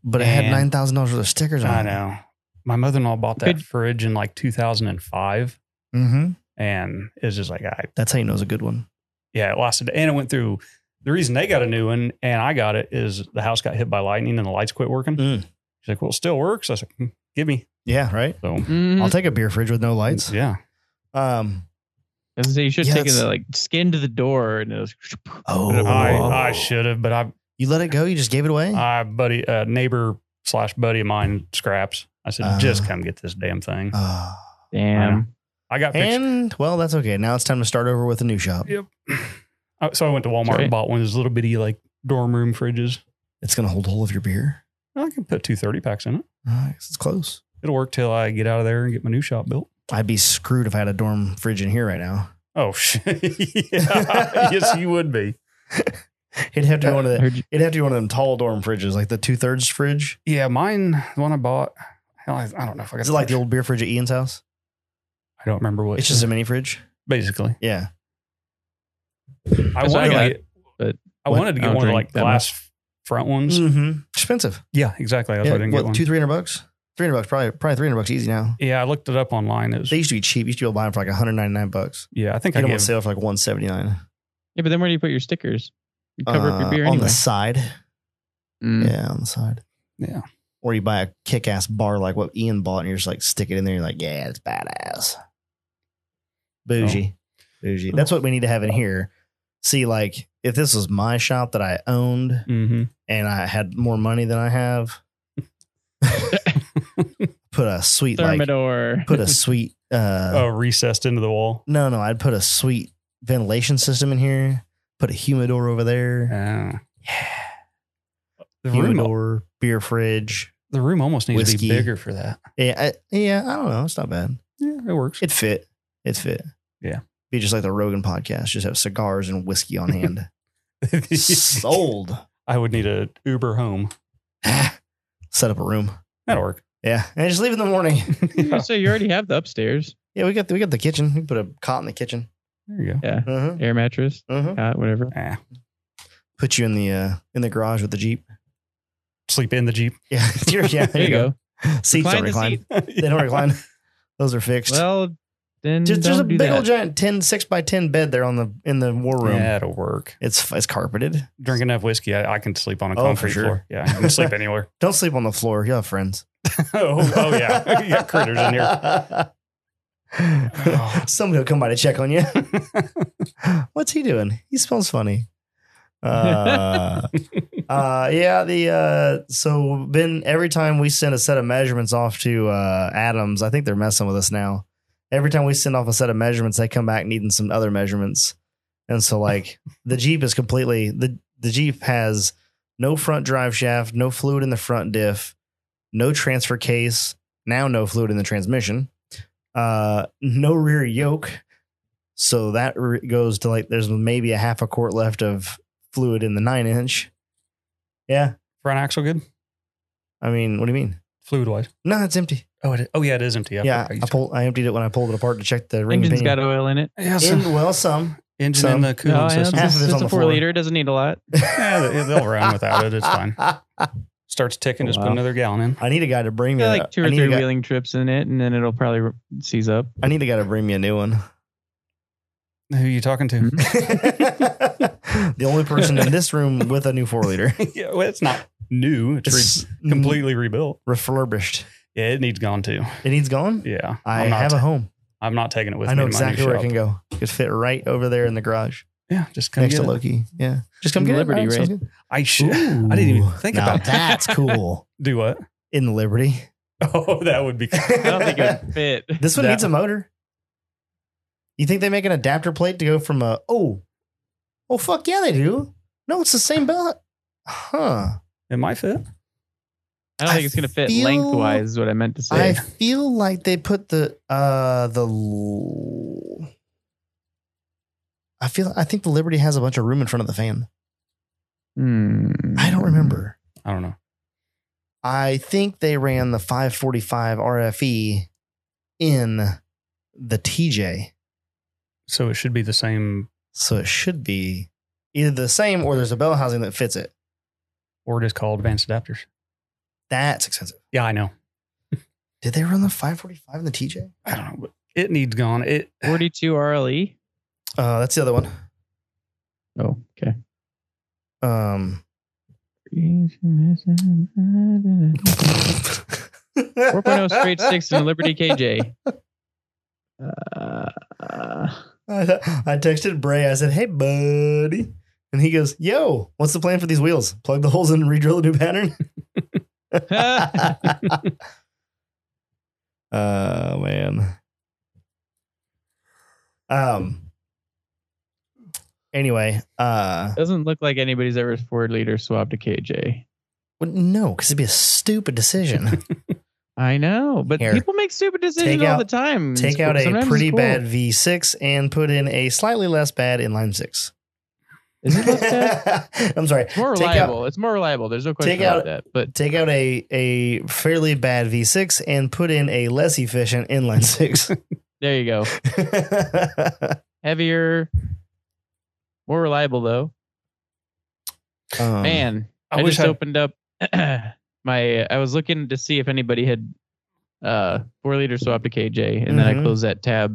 Speaker 1: But it had
Speaker 3: And-
Speaker 1: nine thousand dollars worth of stickers on
Speaker 3: I
Speaker 1: it.
Speaker 3: know. My mother in law bought that
Speaker 2: Good.
Speaker 3: fridge in like 2005,
Speaker 1: Mm-hmm.
Speaker 3: and it's just like I
Speaker 1: That's how you know it's a good one.
Speaker 3: yeah, it lasted. And it went through. The reason they got a new one and I got it is the house got hit by lightning and the lights quit working.
Speaker 1: Mm.
Speaker 3: She's like, "Well, it still works." I was like, "Hmm, "Give me."
Speaker 1: Yeah, right.
Speaker 3: So
Speaker 2: Mm,
Speaker 1: I'll take a beer fridge with no lights.
Speaker 3: yeah,
Speaker 1: Um.
Speaker 2: I was gonna say you should
Speaker 1: Yeah,
Speaker 2: have taken
Speaker 1: that's-
Speaker 2: the like skin to the door and it was
Speaker 1: Oh.
Speaker 2: put it up on the wall.
Speaker 3: I, I should have, but I,
Speaker 1: You let it go. You just gave it away.
Speaker 3: I buddy, uh, neighbor slash buddy of mine scraps. I said,
Speaker 1: Uh.
Speaker 3: "Just come get this damn thing."
Speaker 1: Ah.
Speaker 2: Damn.
Speaker 3: I got pictures.
Speaker 1: and well, that's okay. Now it's time to start over with a new shop.
Speaker 3: Yep. Uh, so I went to Walmart
Speaker 2: That's right.
Speaker 3: and bought one of those little bitty like dorm room fridges.
Speaker 1: It's gonna hold all of your beer.
Speaker 3: I can put two thirty packs in it.
Speaker 1: Nice. It's close.
Speaker 3: It'll work till I get out of there and get my new shop built.
Speaker 1: I'd be screwed if I had a dorm fridge in here right now.
Speaker 3: Oh shit! yeah. yes, you would be.
Speaker 1: It'd have to be one of
Speaker 2: I
Speaker 1: the.
Speaker 2: heard you-
Speaker 1: It'd have to be one of them tall dorm fridges, like the two thirds fridge.
Speaker 3: Yeah, mine. The one I bought. Hell, I, I don't know if I got.
Speaker 1: Is it like the old beer fridge at Ian's house?
Speaker 3: I don't remember what.
Speaker 1: It's just a mini fridge.
Speaker 3: basically.
Speaker 1: Yeah.
Speaker 3: I
Speaker 2: That's what I
Speaker 3: wanted
Speaker 2: got.
Speaker 3: to get.
Speaker 2: but
Speaker 3: I
Speaker 2: what?
Speaker 3: wanted
Speaker 2: I
Speaker 3: to get
Speaker 2: don't
Speaker 3: one
Speaker 2: drink
Speaker 3: of the, like
Speaker 2: that
Speaker 3: glass front ones.
Speaker 1: Mm-hmm. Expensive.
Speaker 3: Yeah, exactly. That's
Speaker 1: Yeah,
Speaker 3: why I didn't get
Speaker 1: what
Speaker 3: one.
Speaker 1: two three hundred bucks? Three hundred bucks. Probably probably three hundred bucks easy now.
Speaker 3: yeah, I looked it up online. It was,
Speaker 1: They used to be cheap. You used to be able to buy them for like one hundred ninety nine bucks.
Speaker 3: yeah, I think
Speaker 1: You
Speaker 3: I
Speaker 1: don't want
Speaker 3: gave.
Speaker 1: to sell for like one seventy nine.
Speaker 2: Yeah, but then where do you put your stickers? You cover up your beer
Speaker 1: Uh, on
Speaker 2: anyway.
Speaker 1: the side.
Speaker 2: Mm.
Speaker 1: Yeah, on the side.
Speaker 3: yeah,
Speaker 1: Or you buy a kick ass bar like what Ian bought, and you're just like stick it in there. You're like, yeah, it's badass.
Speaker 3: Oh.
Speaker 1: Bougie, bougie. That's what we need to have in here. See, like if this was my shop that I owned
Speaker 3: hmm
Speaker 1: and I had more money than I have, put a sweet like
Speaker 2: Thermidor.
Speaker 1: put a sweet uh
Speaker 3: oh, recessed into the wall.
Speaker 1: no no I'd put a sweet ventilation system in here. Put a humidor over there.
Speaker 3: Yeah. The room,
Speaker 1: Humidor, beer fridge.
Speaker 3: the room almost needs
Speaker 1: Whiskey.
Speaker 3: to be bigger for that.
Speaker 1: Yeah, I, yeah. I don't know. It's not bad.
Speaker 3: Yeah, it works.
Speaker 1: It fit. It fit.
Speaker 3: Yeah.
Speaker 1: Be just like the Rogan podcast. Just have cigars and whiskey on hand. Sold.
Speaker 3: I would need a Uber home.
Speaker 1: Set up a room.
Speaker 3: That'll work.
Speaker 1: Yeah, and just leave in the morning.
Speaker 3: Yeah,
Speaker 2: So you already have the upstairs
Speaker 1: Yeah, we got the, we got the kitchen. We can put a cot in the kitchen.
Speaker 3: There you go.
Speaker 1: Uh-huh.
Speaker 2: air mattress,
Speaker 1: Uh-huh.
Speaker 2: cot, whatever.
Speaker 3: Ah,
Speaker 1: Put you in the uh, in the garage with the jeep.
Speaker 3: sleep in the Jeep.
Speaker 1: Yeah, yeah. There, you go. Seats
Speaker 2: Recline
Speaker 1: don't
Speaker 2: the
Speaker 1: recline.
Speaker 2: seat.
Speaker 1: They don't recline. Those are fixed.
Speaker 2: Well, then
Speaker 1: Just there's a
Speaker 2: don't do
Speaker 1: big
Speaker 2: that.
Speaker 1: old giant 10 6 by 10 bed there on the in the war room.
Speaker 3: Yeah, it'll work.
Speaker 1: It's it's carpeted.
Speaker 3: Drink enough whiskey. I, I can sleep on
Speaker 1: Oh,
Speaker 3: a
Speaker 1: for
Speaker 3: concrete
Speaker 1: sure.
Speaker 3: floor. Yeah, I can sleep anywhere.
Speaker 1: Don't sleep on the floor. You'll have friends.
Speaker 3: oh, oh, yeah. you got critters in here.
Speaker 1: here. Somebody will come by to check on you. What's he doing? He smells funny. Uh, uh, yeah, the uh, so Ben, every time we send a set of measurements off to uh, Adams, I think they're messing with us now. Every time we send off a set of measurements, they come back needing some other measurements. And so, like, the Jeep is completely the, the Jeep has no front drive shaft, no fluid in the front diff, no transfer case, now no fluid in the transmission, uh, no rear yoke. So that re- goes to like there's maybe a half a quart left of fluid in the nine inch. Yeah,
Speaker 3: Front axle good?
Speaker 1: I mean, what do you mean?
Speaker 3: Fluid wise.
Speaker 1: No, it's empty.
Speaker 3: Oh, it is. oh yeah, it is empty. I
Speaker 1: yeah,
Speaker 3: forgot you
Speaker 1: I pulled. I emptied it when I pulled it apart to check the ring.
Speaker 2: Engine's
Speaker 1: pinion.
Speaker 2: got oil in it.
Speaker 3: Yeah, so-
Speaker 1: In, well, some.
Speaker 3: engine
Speaker 1: some-
Speaker 3: and the cooling
Speaker 2: No, Oh, yeah, it's,
Speaker 3: system.
Speaker 1: Half of it's
Speaker 2: it's
Speaker 1: on
Speaker 2: a
Speaker 1: the
Speaker 2: four
Speaker 1: floor.
Speaker 2: liter. It doesn't need a lot.
Speaker 3: Yeah, they- they'll run without it. It's fine. Starts ticking, just put
Speaker 2: Oh, Wow.
Speaker 3: another gallon in.
Speaker 1: I need a guy to bring me
Speaker 2: Got
Speaker 1: a-
Speaker 2: like two
Speaker 1: I
Speaker 2: or
Speaker 1: need a
Speaker 2: three
Speaker 1: guy-
Speaker 2: wheeling trips in it, and then it'll probably r- seize up.
Speaker 1: I need a guy to bring me a new one.
Speaker 3: Who are you talking to?
Speaker 2: Mhm.
Speaker 1: the only person in this room with a new four liter.
Speaker 3: yeah, well, it's not new. It's,
Speaker 1: It's
Speaker 3: re- completely rebuilt.
Speaker 1: refurbished.
Speaker 3: Yeah, it needs gone too.
Speaker 1: It needs gone.
Speaker 3: Yeah,
Speaker 1: I
Speaker 3: I'm not
Speaker 1: have a home.
Speaker 3: I'm not taking it with
Speaker 1: I
Speaker 3: me.
Speaker 1: know
Speaker 3: to my new
Speaker 1: exactly where it
Speaker 3: shop.
Speaker 1: can go. It could fit right over there in the garage
Speaker 3: Yeah, just come
Speaker 1: next
Speaker 3: get
Speaker 1: to
Speaker 3: it.
Speaker 1: Loki. Yeah. Just come
Speaker 2: In
Speaker 1: get
Speaker 2: Liberty,
Speaker 1: it. All
Speaker 2: right?
Speaker 1: sounds good.
Speaker 3: I should. I didn't even think
Speaker 1: Now
Speaker 3: about that.
Speaker 1: That's cool.
Speaker 3: Do what?
Speaker 1: In the Liberty.
Speaker 3: Oh, that would be.
Speaker 2: I don't think it would fit.
Speaker 1: This one
Speaker 3: That-
Speaker 1: needs a motor. You think they make an adapter plate to go from a oh, oh fuck yeah they do. No, it's the same belt, huh?
Speaker 3: It might fit.
Speaker 2: I don't
Speaker 1: I
Speaker 2: think it's gonna fit
Speaker 1: feel-
Speaker 2: lengthwise. Is what I meant to say.
Speaker 1: I feel like they put the uh the. l- I feel I think the Liberty has a bunch of room in front of the fan.
Speaker 2: Hmm.
Speaker 1: I don't remember.
Speaker 3: I don't know.
Speaker 1: I think they ran the 545 RFE E in the TJ.
Speaker 3: So it should be the same,
Speaker 1: So it should be either the same or there's a bell housing that fits it.
Speaker 3: or it is called advanced adapters.
Speaker 1: That's expensive.
Speaker 3: Yeah, I know.
Speaker 1: Did they run the 545 in the TJ?
Speaker 3: I don't know. But it needs gone. It.
Speaker 2: Forty-two E. RLE.
Speaker 1: Uh, that's the other one.
Speaker 2: Oh, okay.
Speaker 1: Um,
Speaker 2: Four oh straight six and Liberty KJ. Uh,
Speaker 1: I, I texted Bray. I said, "Hey, buddy," and he goes, "Yo, what's the plan for these wheels? Plug the holes in and redrill the new pattern."
Speaker 2: Uh,
Speaker 1: Oh man. Um. Anyway, uh,
Speaker 2: doesn't look like anybody's ever Ford leader swapped a KJ.
Speaker 1: well, no, because it'd be a stupid decision.
Speaker 2: I know, but
Speaker 1: Here.
Speaker 2: people make stupid
Speaker 1: Take
Speaker 2: decisions all
Speaker 1: out-
Speaker 2: the time.
Speaker 1: Take out a
Speaker 2: Sometimes it's
Speaker 1: pretty
Speaker 2: cool.
Speaker 1: bad V6 and put in a slightly less bad inline six.
Speaker 2: Is it less bad?
Speaker 1: I'm sorry.
Speaker 2: It's more
Speaker 1: Take out-
Speaker 2: reliable. it's more reliable. There's no question
Speaker 1: take
Speaker 2: about
Speaker 1: out-
Speaker 2: that. But
Speaker 1: Take out a a fairly bad V6 and put in a less efficient inline six.
Speaker 2: there you go. Heavier, more reliable though.
Speaker 1: Um,
Speaker 2: Man,
Speaker 3: I
Speaker 2: I,
Speaker 3: wish
Speaker 2: just
Speaker 3: I-
Speaker 2: opened up my. I was looking to see if anybody had uh, four liter swapped to KJ, and then I
Speaker 1: Mhm.
Speaker 3: Mm-hmm.
Speaker 2: closed that tab.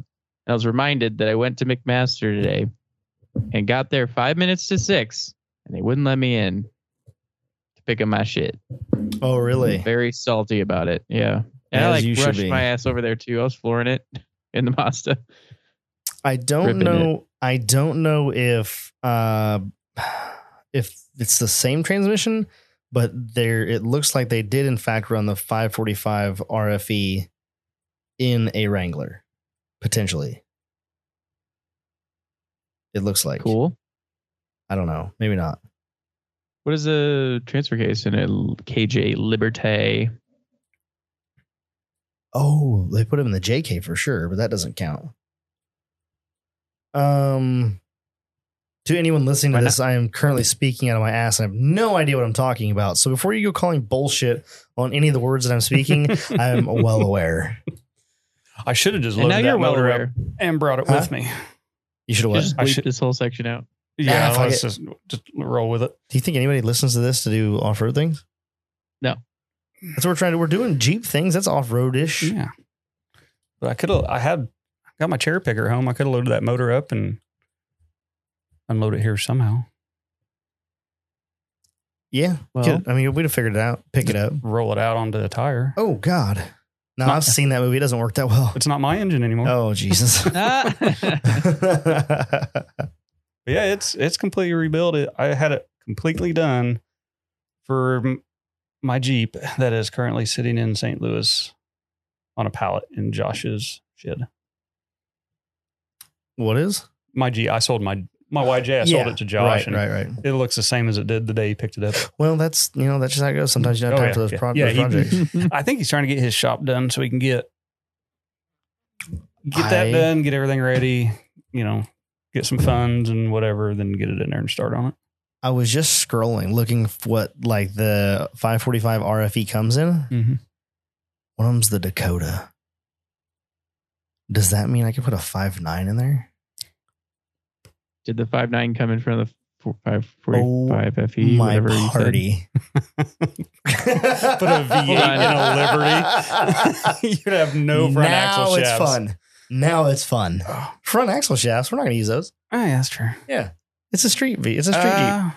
Speaker 2: And I was reminded that I went to McMaster today, and got there five minutes to six, and they wouldn't let me in to pick up my shit.
Speaker 1: Oh really?
Speaker 2: Very salty about it. Yeah, and I
Speaker 1: As
Speaker 2: like
Speaker 1: you should
Speaker 2: rushed
Speaker 1: be.
Speaker 2: my ass over there too. I was flooring it in the Mazda.
Speaker 1: I don't
Speaker 2: Ripping
Speaker 1: know. I don't know if uh, if it's the same transmission, but there it looks like they did in fact run the 545 RFE E in a Wrangler, potentially. It looks like
Speaker 2: Cool.
Speaker 1: I don't know. Maybe not.
Speaker 2: What is a transfer case in a L- KJ Liberté?
Speaker 1: Oh, they put him in the JK for sure, but that doesn't count. Um, to anyone listening to
Speaker 2: Why not?
Speaker 1: this, I am currently speaking out of my ass. and I have no idea what I'm talking about. So before you go calling bullshit on any of the words that I'm speaking, I'm well aware.
Speaker 3: I should have just
Speaker 2: And
Speaker 3: loaded
Speaker 2: now
Speaker 3: that
Speaker 2: you're well
Speaker 3: motor up
Speaker 2: aware.
Speaker 3: and brought it
Speaker 1: Huh?
Speaker 3: with me.
Speaker 1: You should have. what?
Speaker 2: Just
Speaker 3: I
Speaker 2: bleep
Speaker 3: should-
Speaker 2: this whole section out.
Speaker 3: Yeah,
Speaker 1: Ah, fuck
Speaker 3: let's
Speaker 1: it.
Speaker 3: just just roll with it.
Speaker 1: Do you think anybody listens to this to do off road things?
Speaker 2: No.
Speaker 1: That's what we're trying to. We're doing Jeep things. That's off road ish.
Speaker 3: Yeah, but I could have. I had. got my cherry picker at home. I could have loaded that motor up and unload it here somehow.
Speaker 1: Yeah.
Speaker 2: Well-
Speaker 1: Could- I mean, we'd have figured it out. Pick it up.
Speaker 3: Roll it out onto the tire.
Speaker 1: Oh God. No,
Speaker 3: Not-
Speaker 1: I've seen that movie. It doesn't work that well.
Speaker 3: It's not my engine anymore.
Speaker 1: Oh Jesus.
Speaker 3: But yeah, it's it's completely rebuilt. It, I had it completely done for m- my Jeep that is currently sitting in St. Louis on a pallet in Josh's shed.
Speaker 1: what is?
Speaker 3: My G, I sold my my YJ. I sold
Speaker 1: Yeah,
Speaker 3: it to Josh,
Speaker 1: Right,
Speaker 3: and
Speaker 1: right, right.
Speaker 3: it looks the same as it did the day he picked it up.
Speaker 1: Well, that's you know that's just how it goes. Sometimes you don't have time for
Speaker 3: Oh, yeah,
Speaker 1: those,
Speaker 3: yeah.
Speaker 1: pro-
Speaker 3: Yeah,
Speaker 1: those
Speaker 3: he-
Speaker 1: projects.
Speaker 3: I think he's trying to get his shop done so he can get get that
Speaker 1: I-
Speaker 3: done, get everything ready. You know, get some funds and whatever, then get it in there and start on it.
Speaker 1: I was just scrolling, looking f- what like the 545 RFE E comes in.
Speaker 3: Mm-hmm.
Speaker 1: One of them's the Dakota. Does that mean I could put a five nine in there?
Speaker 2: Did the five nine come in front of the four, five forty five FE?
Speaker 1: Oh My
Speaker 2: whatever you said?
Speaker 1: party.
Speaker 3: Put a V8 in a
Speaker 1: Liberty.
Speaker 3: Liberty. You'd have no front
Speaker 1: now
Speaker 3: axle shafts.
Speaker 1: it's fun. Now it's fun.
Speaker 3: Oh,
Speaker 1: Front axle shafts. We're not going to use those.
Speaker 3: yeah, that's true.
Speaker 1: It's a street V. It's a street Jeep.
Speaker 3: Uh,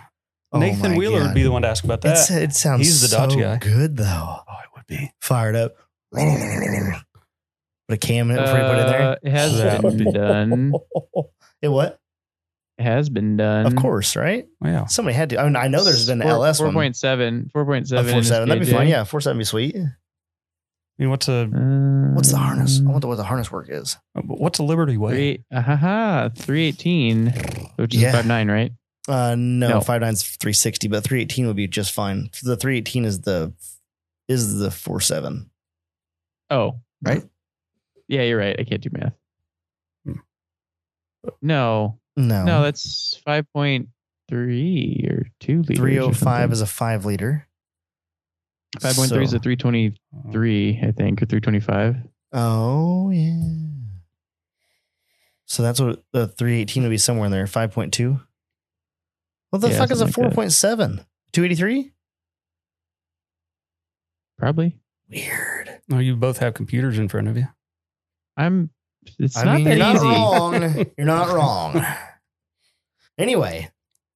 Speaker 1: Oh
Speaker 3: Nathan
Speaker 1: my
Speaker 3: Wheeler
Speaker 1: God.
Speaker 3: would be the one to ask about that.
Speaker 1: It's, it sounds
Speaker 3: He's the
Speaker 1: so
Speaker 3: Dodge guy.
Speaker 1: good though.
Speaker 3: oh, it would be.
Speaker 1: Fired up. Put a cam in it before you put it in there.
Speaker 2: Uh, it has
Speaker 3: That would
Speaker 2: been done.
Speaker 1: It what?
Speaker 2: It has been done.
Speaker 1: Of course, right?
Speaker 3: Wow.
Speaker 1: Somebody had to. I mean, I know there's been an LS
Speaker 2: four
Speaker 1: one.
Speaker 2: point seven. Four point
Speaker 1: A
Speaker 2: seven.
Speaker 1: four seven. That'd be fun. Yeah, four seven be sweet.
Speaker 3: I mean, what's a
Speaker 2: Uh,
Speaker 1: What's the harness? I wonder what the harness work is.
Speaker 3: what's a Liberty way?
Speaker 2: Three, uh, ha, ha, 318, which is
Speaker 1: Yeah.
Speaker 2: five nine, right?
Speaker 1: Uh, no,
Speaker 2: No.
Speaker 1: five nine's three sixty, but three eighteen would be just fine. The three eighteen is the is the four seven.
Speaker 2: Oh,
Speaker 1: Right?
Speaker 2: Yeah, you're right. I can't do math.
Speaker 3: Hmm.
Speaker 2: No,
Speaker 1: No,
Speaker 2: no, that's five point three or two liters.
Speaker 1: three oh five is a five liter.
Speaker 2: five point three is
Speaker 1: so-
Speaker 2: a three twenty
Speaker 3: Uh,
Speaker 2: three, I think, or three twenty five.
Speaker 1: Oh yeah. So that's what the 318 would be somewhere in there, 5.2. What the
Speaker 2: Yeah,
Speaker 1: fuck is a
Speaker 2: something like that.
Speaker 1: 4.7? 283?
Speaker 2: Probably.
Speaker 1: Weird.
Speaker 3: No, oh, you both have computers in front of you.
Speaker 2: I'm. It's
Speaker 1: I
Speaker 2: not
Speaker 1: mean,
Speaker 2: that
Speaker 1: you're
Speaker 2: easy.
Speaker 1: not wrong. You're not wrong. Anyway,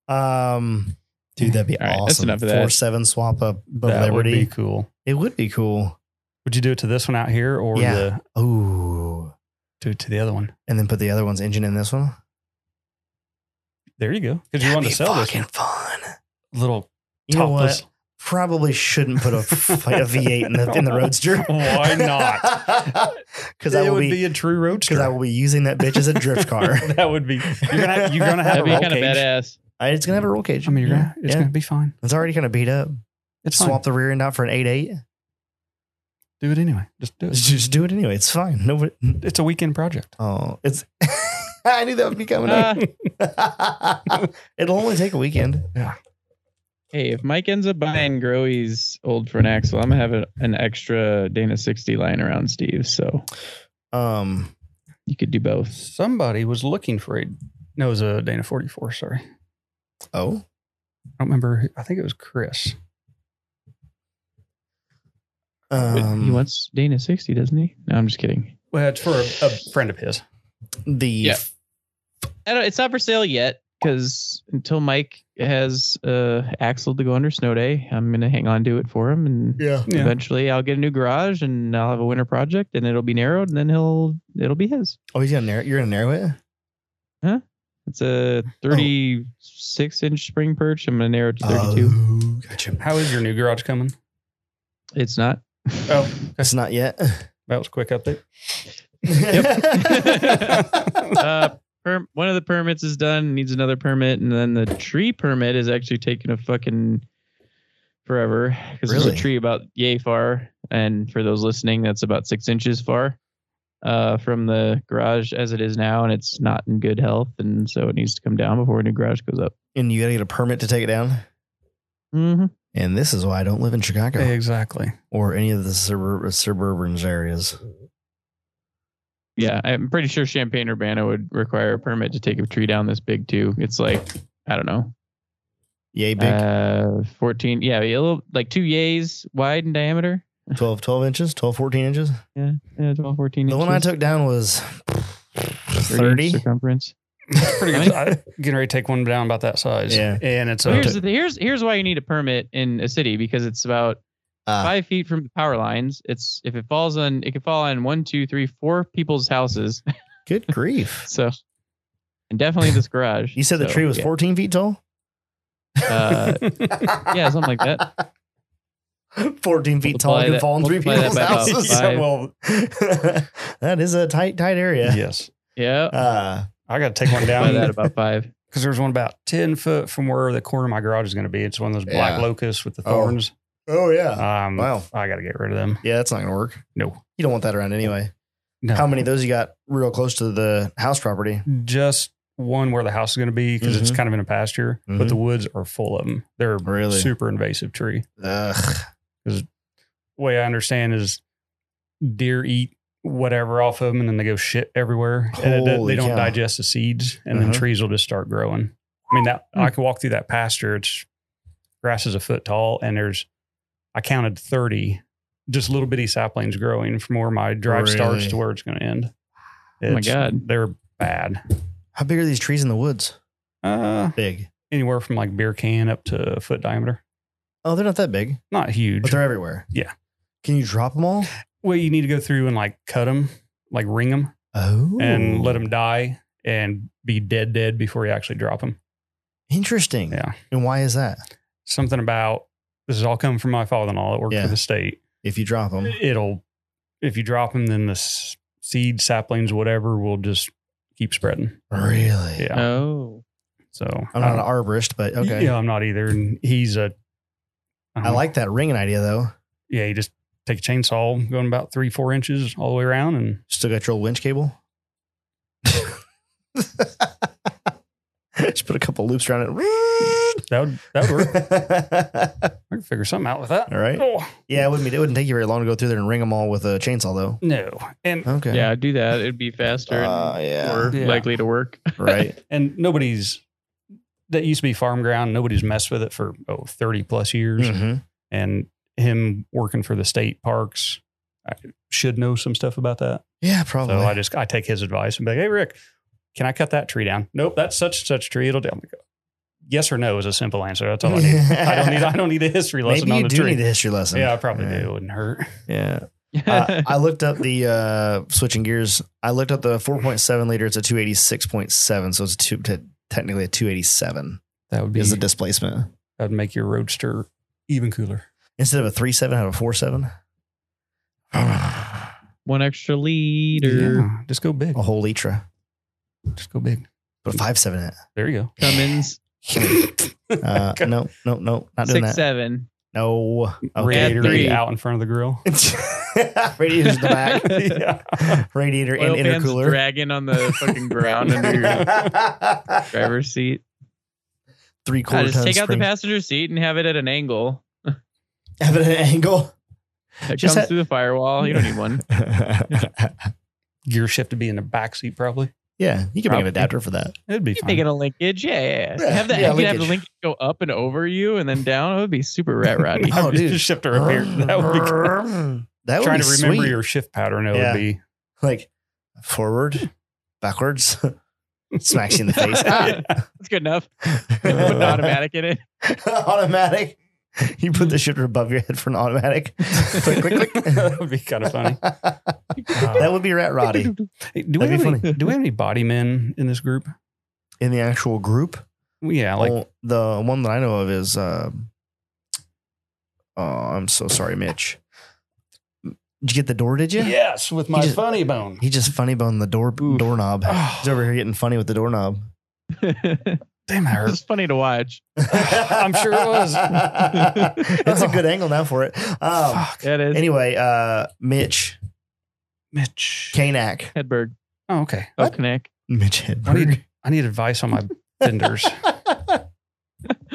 Speaker 1: um, dude, that'd be
Speaker 2: All right,
Speaker 1: awesome.
Speaker 2: that's enough of that.
Speaker 1: Four seven swap up of
Speaker 3: that
Speaker 1: Liberty.
Speaker 3: would be cool.
Speaker 1: it would be cool.
Speaker 3: Would you do it to this one out here or
Speaker 1: Yeah.
Speaker 3: the
Speaker 1: Ooh,
Speaker 3: do it to the other one?
Speaker 1: and then put the other one's engine in this one.
Speaker 3: There you go. Because you
Speaker 1: That'd
Speaker 3: wanted
Speaker 1: be
Speaker 3: to sell this
Speaker 1: fucking fun.
Speaker 3: little
Speaker 1: You know what?
Speaker 3: topless.
Speaker 1: probably shouldn't put a, f- a V8 in the in the Roadster.
Speaker 3: Why not?
Speaker 1: Because I
Speaker 3: it
Speaker 1: will
Speaker 3: would
Speaker 1: be
Speaker 3: be, a true roadster.
Speaker 1: because I will be using that bitch as a drift car.
Speaker 3: that would be you're gonna you're gonna have
Speaker 2: That'd
Speaker 3: a
Speaker 2: be
Speaker 3: roll
Speaker 2: kind of
Speaker 3: cage.
Speaker 2: badass.
Speaker 1: I- it's gonna have a roll cage.
Speaker 3: I mean, you're
Speaker 1: yeah.
Speaker 3: gonna it's
Speaker 1: yeah.
Speaker 3: gonna be fine.
Speaker 1: It's already kind of beat up.
Speaker 3: It's
Speaker 1: Swap the rear end out for an 8.8.
Speaker 3: fine. Do it anyway. Just do it.
Speaker 1: Just do it anyway. It's fine. Nobody.
Speaker 3: It's a weekend project.
Speaker 1: Oh, it's. I knew that would be coming
Speaker 2: Ah,
Speaker 3: Uh.
Speaker 1: up. It'll only take a weekend.
Speaker 2: hey, if Mike ends up buying Growy's old front axle, I'm gonna have a, an extra Dana sixty lying around, Steve. So
Speaker 1: Um,
Speaker 2: you could do both.
Speaker 3: Somebody was looking for a no, it was a Dana 44. Sorry, I
Speaker 1: oh,
Speaker 3: don't remember. who- I think it was Chris.
Speaker 2: But
Speaker 1: um,
Speaker 2: he wants Dana 60, doesn't he? No, I'm just kidding.
Speaker 3: Well, it's for a, a friend of his.
Speaker 1: the
Speaker 2: Yeah. I don't, it's not for sale yet because until Mike has uh, Axel to go under snow day, I'm going to hang on to it for him. And
Speaker 1: yeah.
Speaker 3: Yeah.
Speaker 2: eventually I'll get a new garage and I'll have a winter project and it'll be narrowed and then he'll, it'll be his.
Speaker 1: Oh, he's gonna narrow. You're gonna narrow it.
Speaker 2: It's a
Speaker 3: Oh.
Speaker 2: 36 inch spring perch. I'm going to narrow it to 32.
Speaker 3: Uh.
Speaker 1: Oh, gotcha.
Speaker 3: How is your new garage coming?
Speaker 2: It's not.
Speaker 3: Oh,
Speaker 1: That's not yet.
Speaker 3: that was a quick update.
Speaker 2: Uh, perm, one of the permits is done, needs another permit, and then the tree permit is actually taking a fucking forever because
Speaker 1: Really?
Speaker 2: there's a tree about yay far, and for those listening, that's about six inches far uh, from the garage as it is now, and it's not in good health, and so it needs to come down before a new garage goes up.
Speaker 1: and you gotta get a permit to take it down.
Speaker 2: Mm-hmm.
Speaker 1: And this is why I don't live in Chicago
Speaker 3: Exactly.
Speaker 1: or any of the suburb- suburban areas.
Speaker 2: Yeah, I'm pretty sure Champaign Urbana would require a permit to take a tree down this big too. It's like I don't know,
Speaker 1: Yay, big,
Speaker 2: uh, 14, yeah, a little like two yays wide in diameter.
Speaker 1: 12, 12 inches, 12, 14 inches.
Speaker 2: Yeah, 12, 14
Speaker 1: The one I took down was 30?
Speaker 2: circumference.
Speaker 3: Pretty good. I'm getting ready to take one down about that size.
Speaker 1: Yeah.
Speaker 3: And it's
Speaker 2: So
Speaker 3: a
Speaker 2: here's the, here's here's why you need a permit in a city because it's about
Speaker 1: Uh,
Speaker 2: five feet from the power lines. It's if it falls on it could fall on one, two, three, four people's houses.
Speaker 1: good grief.
Speaker 2: So and definitely this garage.
Speaker 1: You said the
Speaker 2: So,
Speaker 1: tree was
Speaker 2: yeah.
Speaker 1: 14 feet tall?
Speaker 2: Uh, yeah, something like that.
Speaker 1: 14 feet tall
Speaker 2: Multiply
Speaker 1: can
Speaker 2: that-
Speaker 1: fall in three
Speaker 2: multiply that
Speaker 1: people's
Speaker 2: by about
Speaker 1: houses.
Speaker 2: five.
Speaker 1: well, that is a tight, tight area.
Speaker 3: Yes.
Speaker 2: Yeah.
Speaker 1: Uh,
Speaker 3: I got to take one
Speaker 2: by that
Speaker 3: down
Speaker 2: about five.
Speaker 3: because there's one about 10 foot from where the corner of my garage is going to be. It's one of those black
Speaker 1: Yeah.
Speaker 3: locusts with the
Speaker 1: Oh.
Speaker 3: thorns.
Speaker 1: oh, yeah.
Speaker 3: Um,
Speaker 1: Wow.
Speaker 3: I got to get rid of them.
Speaker 1: Yeah, that's not going to work.
Speaker 3: No.
Speaker 1: You don't want that around anyway.
Speaker 3: No.
Speaker 1: How many of those you got real close to the house property?
Speaker 2: Mm,
Speaker 3: Just one where the house is going to be because it's
Speaker 1: Mhm.
Speaker 3: kind of in a pasture, but
Speaker 1: Mhm.
Speaker 3: the woods are full of them. They're a
Speaker 1: Really?
Speaker 3: super invasive tree.
Speaker 1: Ugh.
Speaker 3: way I understand is deer eat whatever off of them and then they go shit everywhere. and it,
Speaker 1: Holy
Speaker 3: they don't
Speaker 1: cow.
Speaker 3: digest the seeds and then
Speaker 1: Uh-huh.
Speaker 3: trees will just start growing. I mean that I
Speaker 1: Hmm.
Speaker 3: could walk through that pasture. It's grass is a foot tall and there's I counted 30 just little bitty saplings growing from where my drive starts
Speaker 1: Really?
Speaker 3: to where it's going to end.
Speaker 2: Oh my
Speaker 3: It's-
Speaker 2: God.
Speaker 3: They're bad.
Speaker 1: How big are these trees in the woods?
Speaker 3: Uh,
Speaker 1: Big.
Speaker 3: anywhere from like beer can up to a foot diameter.
Speaker 1: Oh, they're not that big,
Speaker 3: Not huge.
Speaker 1: but they're everywhere.
Speaker 3: Yeah.
Speaker 1: Can you drop them all?
Speaker 3: Well, you need to go through and like cut them, like ring them.
Speaker 1: Oh.
Speaker 3: and let him die and be dead dead before you actually drop him.
Speaker 1: Interesting.
Speaker 3: Yeah.
Speaker 1: And why is that?
Speaker 3: Something about this is all coming from my father-in-law that worked
Speaker 1: Yeah. Um.
Speaker 3: for the state.
Speaker 1: If you drop them,
Speaker 3: It'll if you drop him, then the s- seed saplings, whatever, will just keep spreading.
Speaker 1: really?
Speaker 3: Yeah.
Speaker 2: Oh.
Speaker 3: So
Speaker 1: I'm not an arborist, but okay.
Speaker 3: Yeah, I'm not either. And he's a.
Speaker 1: I like that ringing idea though.
Speaker 3: Yeah, you just take a chainsaw going about three four inches all the way around and
Speaker 1: Still got your old winch cable. Just put a couple loops around it.
Speaker 3: that would that would work. I could figure something out with that.
Speaker 1: All right.
Speaker 3: Oh,
Speaker 1: yeah, it wouldn't be, it wouldn't take you very long to go through there and ring them all with a chainsaw though.
Speaker 3: no. And
Speaker 1: Okay.
Speaker 2: Yeah, do that. It'd be faster and
Speaker 1: Uh, yeah.
Speaker 2: more
Speaker 3: Yeah.
Speaker 2: likely to work.
Speaker 1: Right.
Speaker 3: and nobody's that used to be farm ground nobody's messed with it for oh 30 plus years
Speaker 1: Mhm.
Speaker 3: and him working for the state parks I should know some stuff about that
Speaker 1: Yeah, probably.
Speaker 3: so i just i take his advice and be like hey rick can i cut that tree down nope that's such and such tree it'll do I'm like, yes or no is a simple answer that's all i need i don't need i don't need a history lesson
Speaker 1: Maybe
Speaker 3: on
Speaker 1: you
Speaker 3: the
Speaker 1: do
Speaker 3: tree
Speaker 1: need a history lesson.
Speaker 3: yeah i probably
Speaker 1: Yeah.
Speaker 3: do it wouldn't hurt
Speaker 1: Yeah. uh, I looked up the uh, switching gears. I looked up the 4.7 liter. It's a 286.7, so it's a two, te- technically a 287
Speaker 3: that would be
Speaker 1: is the displacement
Speaker 3: that'd make your roadster even cooler
Speaker 1: instead of a 37, have a 47. a
Speaker 2: One extra leader.
Speaker 3: Yeah, just go big
Speaker 1: whole litra.
Speaker 3: just go big
Speaker 1: Put a five seven in
Speaker 3: there you
Speaker 2: Cummins
Speaker 3: go
Speaker 1: it. Uh, no, no, no, not doing
Speaker 2: six
Speaker 1: that.
Speaker 2: seven.
Speaker 1: No.
Speaker 3: radiator
Speaker 2: At three.
Speaker 3: out in front of the grill.
Speaker 1: Radiator's in the back.
Speaker 3: yeah.
Speaker 1: Radiator
Speaker 2: Oil
Speaker 1: and
Speaker 2: pan's
Speaker 1: intercooler.
Speaker 2: dragging on the fucking ground under your driver's seat.
Speaker 1: Three
Speaker 2: Uh,
Speaker 1: quarter
Speaker 2: just
Speaker 1: ton
Speaker 2: take out the
Speaker 1: spring.
Speaker 2: passenger seat and have it at an angle.
Speaker 1: Have it at an angle.
Speaker 2: It
Speaker 1: Just
Speaker 2: comes
Speaker 1: ha-
Speaker 2: through the firewall. You don't need one.
Speaker 3: Gear shift to be in the back seat, probably.
Speaker 1: yeah, you can bring an
Speaker 2: Probably.
Speaker 1: adapter for that.
Speaker 3: It'd be
Speaker 2: You
Speaker 3: fine.
Speaker 2: make it a linkage, yeah.
Speaker 1: Yeah,
Speaker 2: have the
Speaker 1: yeah,
Speaker 2: you could have the
Speaker 1: linkage.
Speaker 2: linkage go up and over you and then down. It would be super rat roddy.
Speaker 1: Oh,
Speaker 3: just,
Speaker 1: dude.
Speaker 3: just shift her up here. That would be cool.
Speaker 1: That would
Speaker 3: Trying
Speaker 1: be
Speaker 3: to remember
Speaker 1: sweet.
Speaker 3: your shift pattern. It
Speaker 1: Yeah.
Speaker 3: would be
Speaker 1: like forward, backwards, smacks you in the face. Uh, Ah.
Speaker 2: That's good enough. Put an automatic in it.
Speaker 1: automatic. You put the shifter above your head for an automatic. click, click, click.
Speaker 3: that would be kind of funny.
Speaker 1: that would be Rat Roddy
Speaker 3: Hey, do, we
Speaker 1: That'd
Speaker 3: have
Speaker 1: be
Speaker 3: any, do we have any body men in this group?
Speaker 1: in the actual group.
Speaker 3: Yeah, like
Speaker 1: Oh, the one that I know of is. Um, oh, I'm so sorry, Mitch. Did you get the door? Did you?
Speaker 3: yes, with
Speaker 1: He just-
Speaker 3: funny bone.
Speaker 1: He just funny boned the door
Speaker 3: Oof.
Speaker 1: doorknob.
Speaker 3: Oh.
Speaker 1: He's over here getting funny with the doorknob.
Speaker 3: Damn, that
Speaker 2: it's
Speaker 3: hurts.
Speaker 2: funny to watch.
Speaker 1: I'm
Speaker 3: sure it was.
Speaker 1: it's a good angle now for it. Um,
Speaker 3: Fuck,
Speaker 2: That is
Speaker 1: anyway, uh, Mitch
Speaker 3: Mitch.
Speaker 1: Kanak.
Speaker 2: Hedberg.
Speaker 3: Oh, okay.
Speaker 2: Oh, Knack.
Speaker 1: Mitch
Speaker 3: I
Speaker 1: Hedberg.
Speaker 3: need I need advice on my fenders.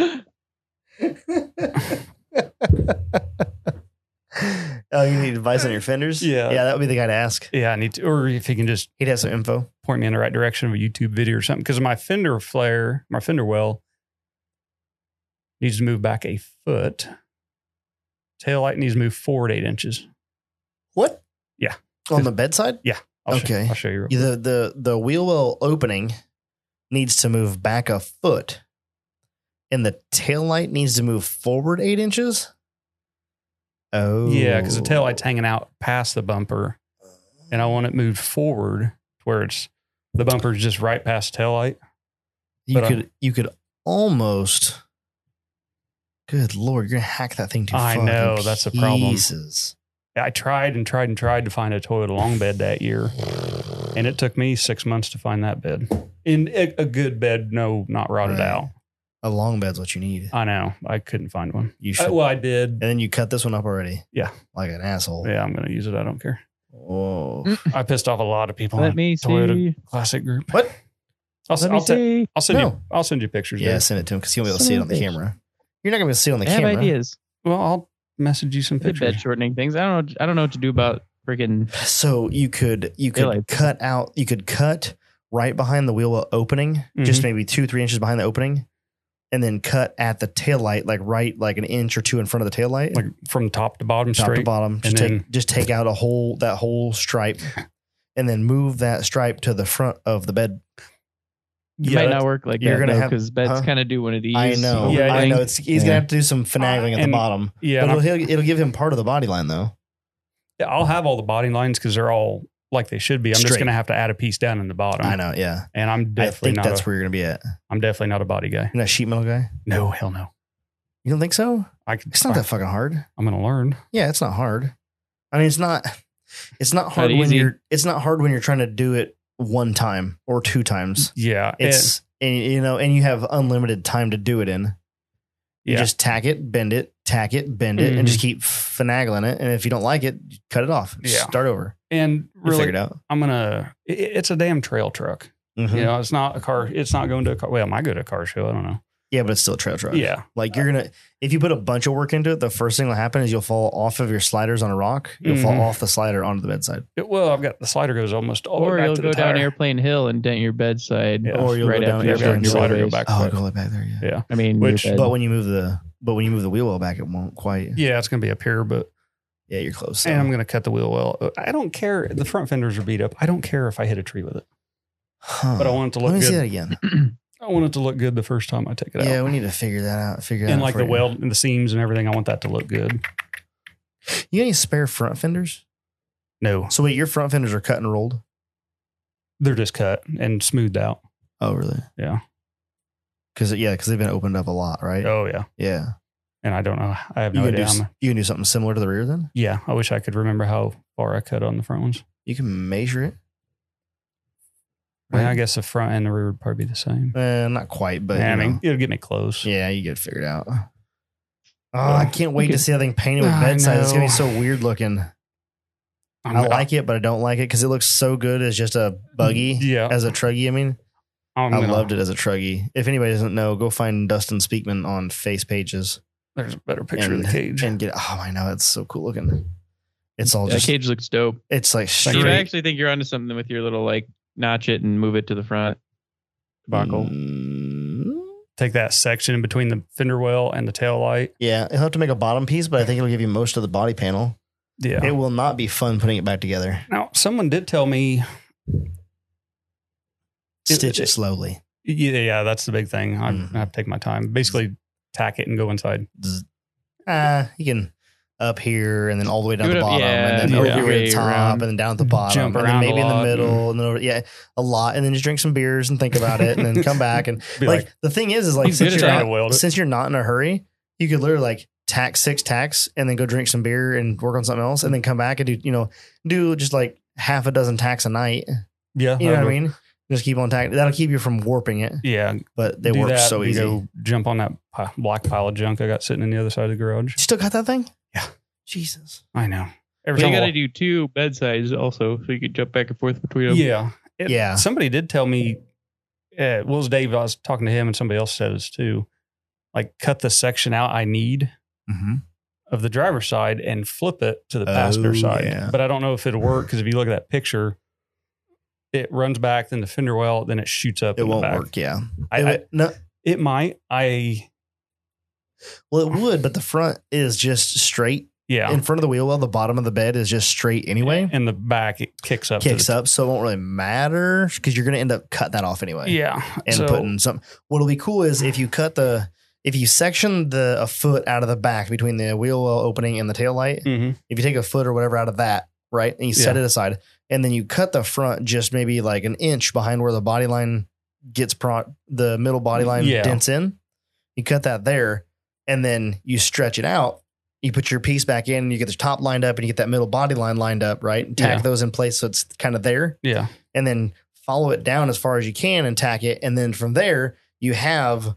Speaker 1: oh, you need advice on your fenders?
Speaker 3: Yeah.
Speaker 1: Yeah, that would be the guy to ask.
Speaker 3: yeah, I need to, or if he can just
Speaker 1: He'd have some info.
Speaker 3: point me in the right direction of a YouTube video or something because my fender flare, my fender well needs to move back a foot. Tail light needs to move forward eight inches.
Speaker 1: What?
Speaker 3: Yeah.
Speaker 1: On the bedside?
Speaker 3: Yeah. I'll show-
Speaker 1: Okay.
Speaker 3: I'll show you. real
Speaker 1: The the the wheel well opening needs to move back a foot, and the tail light needs to move forward eight inches. Oh,
Speaker 3: quick. Yeah, because the taillight's hanging out past the bumper, and I want it moved forward to where it's the bumper's just right past taillight.
Speaker 1: You
Speaker 3: but, uh,
Speaker 1: could you could almost. Good lord, you're gonna hack that thing too.
Speaker 3: I know, that's a problem.
Speaker 1: Pieces.
Speaker 3: I tried and tried and tried to find a Toyota long bed that year, and it took me six months to find that bed. And a, a good bed, no, not rotted
Speaker 1: Right.
Speaker 3: out.
Speaker 1: A long bed's what you need.
Speaker 3: I know. I couldn't find one.
Speaker 1: You
Speaker 3: Uh,
Speaker 1: should.
Speaker 3: well, I did.
Speaker 1: and then you cut this one up already.
Speaker 3: Yeah.
Speaker 1: like an asshole.
Speaker 3: Yeah, I'm going to use it. I don't care.
Speaker 1: Whoa.
Speaker 3: I pissed off a lot of people.
Speaker 2: Let
Speaker 3: in
Speaker 2: me
Speaker 3: Toyota
Speaker 2: see.
Speaker 3: Classic Group.
Speaker 1: What?
Speaker 3: I'll,
Speaker 2: Let
Speaker 3: I'll,
Speaker 2: me
Speaker 3: ta-
Speaker 2: see.
Speaker 3: I'll send you.
Speaker 1: No.
Speaker 3: I'll send you pictures.
Speaker 1: Yeah,
Speaker 3: dude.
Speaker 1: send it to him because he'll be able to
Speaker 2: Son
Speaker 1: see it
Speaker 2: of
Speaker 1: on
Speaker 2: a
Speaker 1: the
Speaker 2: bitch.
Speaker 1: camera. You're not gonna be able to see it on the
Speaker 2: I have
Speaker 1: camera.
Speaker 2: ideas.
Speaker 3: Well, I'll message you some
Speaker 2: The
Speaker 3: pictures.
Speaker 2: bed shortening things. I don't know. I don't know what to do about freaking.
Speaker 1: So you could you could
Speaker 2: Daylight.
Speaker 1: cut out you could cut right behind the wheel well opening,
Speaker 3: Mm-hmm.
Speaker 1: just maybe two three inches behind the opening, and then cut at the taillight like right like an inch or two in front of the taillight,
Speaker 3: Like from top to bottom,
Speaker 1: top
Speaker 3: straight.
Speaker 1: to bottom. Just
Speaker 3: and
Speaker 1: take
Speaker 3: then-
Speaker 1: just take out a whole that whole stripe, and then move that stripe to the front of the bed.
Speaker 2: It
Speaker 3: Yeah,
Speaker 2: might
Speaker 3: that's-
Speaker 2: not work like
Speaker 1: you're
Speaker 2: that
Speaker 1: gonna have-
Speaker 2: because beds
Speaker 1: huh?
Speaker 2: kind of do one of these.
Speaker 1: I know, I
Speaker 3: Yeah,
Speaker 2: overlaying.
Speaker 1: know. It's he's
Speaker 2: Yeah.
Speaker 1: gonna have to do some finagling at the
Speaker 3: And-
Speaker 1: bottom,
Speaker 3: yeah,
Speaker 1: but
Speaker 3: and
Speaker 1: it'll,
Speaker 3: I'll,
Speaker 1: he'll- it'll give him part of the body line though.
Speaker 3: I'll have all the body lines because they're all like they should be. I'm just
Speaker 1: Straight.
Speaker 3: going to have to add a piece down in the bottom.
Speaker 1: I know, yeah.
Speaker 3: And I'm
Speaker 1: I
Speaker 3: definitely
Speaker 1: think
Speaker 3: not.
Speaker 1: that's
Speaker 3: a,
Speaker 1: where you're gonna be at.
Speaker 3: I'm definitely not a body guy.
Speaker 1: You're not a sheet metal guy.
Speaker 3: No, hell no.
Speaker 1: You don't think so?
Speaker 3: I could.
Speaker 1: It's not that fucking hard.
Speaker 3: I'm going to learn.
Speaker 1: Yeah, it's not hard. I mean, it's not. It's not hard when
Speaker 2: easy.
Speaker 1: you're. It's not hard when you're trying to do it one time or two times.
Speaker 3: Yeah, and-
Speaker 1: It's and, you know, and you have unlimited time to do it in. You
Speaker 3: yeah.
Speaker 1: just tack it, bend it, tack it, bend it,
Speaker 3: Mhm.
Speaker 1: and just keep finagling it. And if you don't like it, cut it off.
Speaker 3: Yeah.
Speaker 1: Start over.
Speaker 3: and
Speaker 1: Really? Figure
Speaker 3: really,
Speaker 1: it out.
Speaker 3: I'm gonna. It, it's a damn trail truck.
Speaker 1: Mhm.
Speaker 3: You know, it's not a car. It's not going to a car. Well, it might go to a car show. I don't know.
Speaker 1: Yeah, but it's still a trail truck.
Speaker 3: Yeah,
Speaker 1: Like you're gonna if you put a bunch of work into it, the first thing that'll happen is you'll fall off of your sliders on a rock. You'll fall
Speaker 3: Mhm.
Speaker 1: off the slider onto the bedside.
Speaker 3: It- well, I've got the slider goes almost all the
Speaker 2: Or
Speaker 3: way back
Speaker 2: you'll
Speaker 3: to
Speaker 2: go
Speaker 3: the tire.
Speaker 2: down airplane hill and dent your bedside.
Speaker 3: Yeah.
Speaker 1: Or you'll
Speaker 2: right
Speaker 1: go down
Speaker 2: after
Speaker 1: Yeah,
Speaker 2: your
Speaker 1: airplane
Speaker 3: Yeah,
Speaker 1: bend
Speaker 2: bed
Speaker 1: hill.
Speaker 3: slider go
Speaker 2: sideways.
Speaker 3: back.
Speaker 1: Oh,
Speaker 3: quick.
Speaker 1: go way back there, yeah.
Speaker 2: I mean,
Speaker 3: Which-
Speaker 2: your bed.
Speaker 1: But when you move the but when you move the wheel well back, it won't quite.
Speaker 3: Yeah, it's gonna be up here, but
Speaker 1: Yeah, you're close.
Speaker 3: and I'm gonna cut the wheel well. I don't care. The front fenders are beat up. I don't care if I hit a tree with it.
Speaker 1: Huh.
Speaker 3: But I want it to
Speaker 1: Let me
Speaker 3: look
Speaker 1: see
Speaker 3: good.
Speaker 1: that again.
Speaker 3: I want it to look good the first time I take it
Speaker 1: Yeah,
Speaker 3: out.
Speaker 1: we need to figure that out. Figure that
Speaker 3: and
Speaker 1: out
Speaker 3: like
Speaker 1: for
Speaker 3: the
Speaker 1: you.
Speaker 3: weld and the seams and everything, I want that to look good.
Speaker 1: You got any spare front fenders?
Speaker 3: No,
Speaker 1: So wait, your front fenders are cut and rolled.
Speaker 3: they're just cut and smoothed out.
Speaker 1: Oh, really?
Speaker 3: Yeah.
Speaker 1: Because yeah, because they've been opened up a lot, right?
Speaker 3: Oh yeah,
Speaker 1: Yeah.
Speaker 3: and I don't know. I have
Speaker 1: You
Speaker 3: no
Speaker 1: can do
Speaker 3: idea.
Speaker 1: s-
Speaker 3: I'm-
Speaker 1: you can do something similar to the rear then.
Speaker 3: yeah, I wish I could remember how far I cut on the front ones.
Speaker 1: You can measure it.
Speaker 3: I mean,
Speaker 1: Right.
Speaker 3: I guess the front and the rear would probably be the same.
Speaker 1: Uh, not quite, but
Speaker 3: Yeah,
Speaker 1: you
Speaker 3: I mean,
Speaker 1: know.
Speaker 3: it'll get me close.
Speaker 1: yeah, you get it figured out. Oh, I
Speaker 3: Well,
Speaker 1: can't wait
Speaker 2: you
Speaker 1: to
Speaker 2: could-
Speaker 1: see that thing painted with
Speaker 3: I
Speaker 1: bedside. It's gonna
Speaker 3: know.
Speaker 1: be so weird looking.
Speaker 3: I'm-
Speaker 1: I like it, but I don't like it because it looks so good as just a buggy,
Speaker 3: Yeah.
Speaker 1: as a truggy. I mean,
Speaker 3: I'm
Speaker 1: i
Speaker 3: gonna-
Speaker 1: loved it as a truggy. If anybody doesn't know, go find Dustin Speakman on Face Pages
Speaker 3: There's a better picture
Speaker 1: And-
Speaker 3: of the cage.
Speaker 1: and get. Oh, I know it's so cool looking. It's all
Speaker 2: that
Speaker 1: just.
Speaker 2: cage looks dope.
Speaker 1: It's like
Speaker 3: Thank you.
Speaker 2: Dude, I
Speaker 1: straight.
Speaker 2: actually think you're onto something with your little like notch it and move it to the front debacle.
Speaker 1: Mm,
Speaker 3: Take that section in between the fender well and the tail light.
Speaker 1: yeah, he'll have to make a bottom piece, but I think it'll give you most of the body panel.
Speaker 3: Yeah.
Speaker 1: It will not be fun putting it back together.
Speaker 3: now, someone did tell me. It-
Speaker 1: Stitch it,
Speaker 3: it-
Speaker 1: slowly.
Speaker 3: Yeah, yeah, that's the big thing. I,
Speaker 1: Mhm.
Speaker 3: I have to take my time. Basically, tack it and go inside.
Speaker 1: Zzz. Ah, you can up here and then all the way down
Speaker 2: Do
Speaker 1: the
Speaker 2: it up-
Speaker 1: bottom,
Speaker 2: yeah,
Speaker 1: and then
Speaker 3: do it
Speaker 1: over here at
Speaker 2: way
Speaker 1: the top,
Speaker 2: around.
Speaker 1: and then down at the bottom,
Speaker 3: Jump
Speaker 1: and
Speaker 3: around
Speaker 1: then
Speaker 3: a
Speaker 1: maybe in the
Speaker 3: lot.
Speaker 2: Mm.
Speaker 1: middle, and then over. Yeah, a lot, and then just drink some beers and think about it, and then come back and
Speaker 3: Be
Speaker 1: like,
Speaker 3: like,
Speaker 1: the thing is, is like
Speaker 2: He's good
Speaker 1: since
Speaker 2: at
Speaker 1: you're,
Speaker 2: trying
Speaker 1: not,
Speaker 3: to weld it.
Speaker 1: since you're not in a hurry, you could literally like tack six tacks and then go drink some beer and work on something else, and then come back and do you know do just like half a dozen tacks a night.
Speaker 3: yeah,
Speaker 1: You know what I
Speaker 3: that'll-
Speaker 1: mean? Just keep on tacking. That'll keep you from warping it,
Speaker 3: Yeah,
Speaker 1: but they
Speaker 3: do
Speaker 1: work
Speaker 3: that,
Speaker 1: so
Speaker 3: then
Speaker 1: easy. You
Speaker 3: Go jump on that pi- black pile of junk I got sitting in the other side of the garage.
Speaker 1: still got that thing?
Speaker 3: Yeah.
Speaker 1: Jesus.
Speaker 3: I know.
Speaker 2: But
Speaker 3: Every
Speaker 2: you
Speaker 3: time I
Speaker 2: got to
Speaker 3: walk-
Speaker 2: do two bedsides also, so you could jump back and forth between them.
Speaker 3: yeah, It-
Speaker 1: Yeah.
Speaker 3: Somebody did tell me. Uh, well, it was Dave. I was talking to him, and somebody else said this too. Like, cut the section out I need Mm-hmm. of the driver's side and flip it to the
Speaker 1: Oh,
Speaker 3: passenger side.
Speaker 1: yeah.
Speaker 3: But I don't know if it'll work because if you look at that picture, it runs back, then the fender well, then it shoots up.
Speaker 1: It
Speaker 3: in the
Speaker 1: won't
Speaker 3: back.
Speaker 1: work. Yeah. It
Speaker 3: I, I,
Speaker 1: would- no.
Speaker 3: it might. I
Speaker 1: Well, it would, but the front is just straight
Speaker 3: Yeah.
Speaker 1: in front of the wheel well. The bottom of the bed is just straight anyway.
Speaker 3: In the back, it kicks up. to
Speaker 1: kicks
Speaker 3: the-
Speaker 1: up, so it won't really matter because you're going to end up cutting that off anyway.
Speaker 3: Yeah.
Speaker 1: and
Speaker 3: so,
Speaker 1: putting some. What'll be cool is if you cut the if you section the a foot out of the back between the wheel well opening and the tail light.
Speaker 3: Mhm.
Speaker 1: If you take a foot or whatever out of that, right, and you set it aside, and then you cut the front just maybe like an inch behind where the body line gets pro the middle body line
Speaker 3: Yeah.
Speaker 1: dents in. You cut that there, and then you stretch it out. You put your piece back in, and you get the top lined up, and you get that middle body line lined up, right? And tack
Speaker 3: Yeah.
Speaker 1: those in place so it's kind of there
Speaker 3: Yeah.
Speaker 1: and then follow it down as far as you can and tack it. And then from there, you have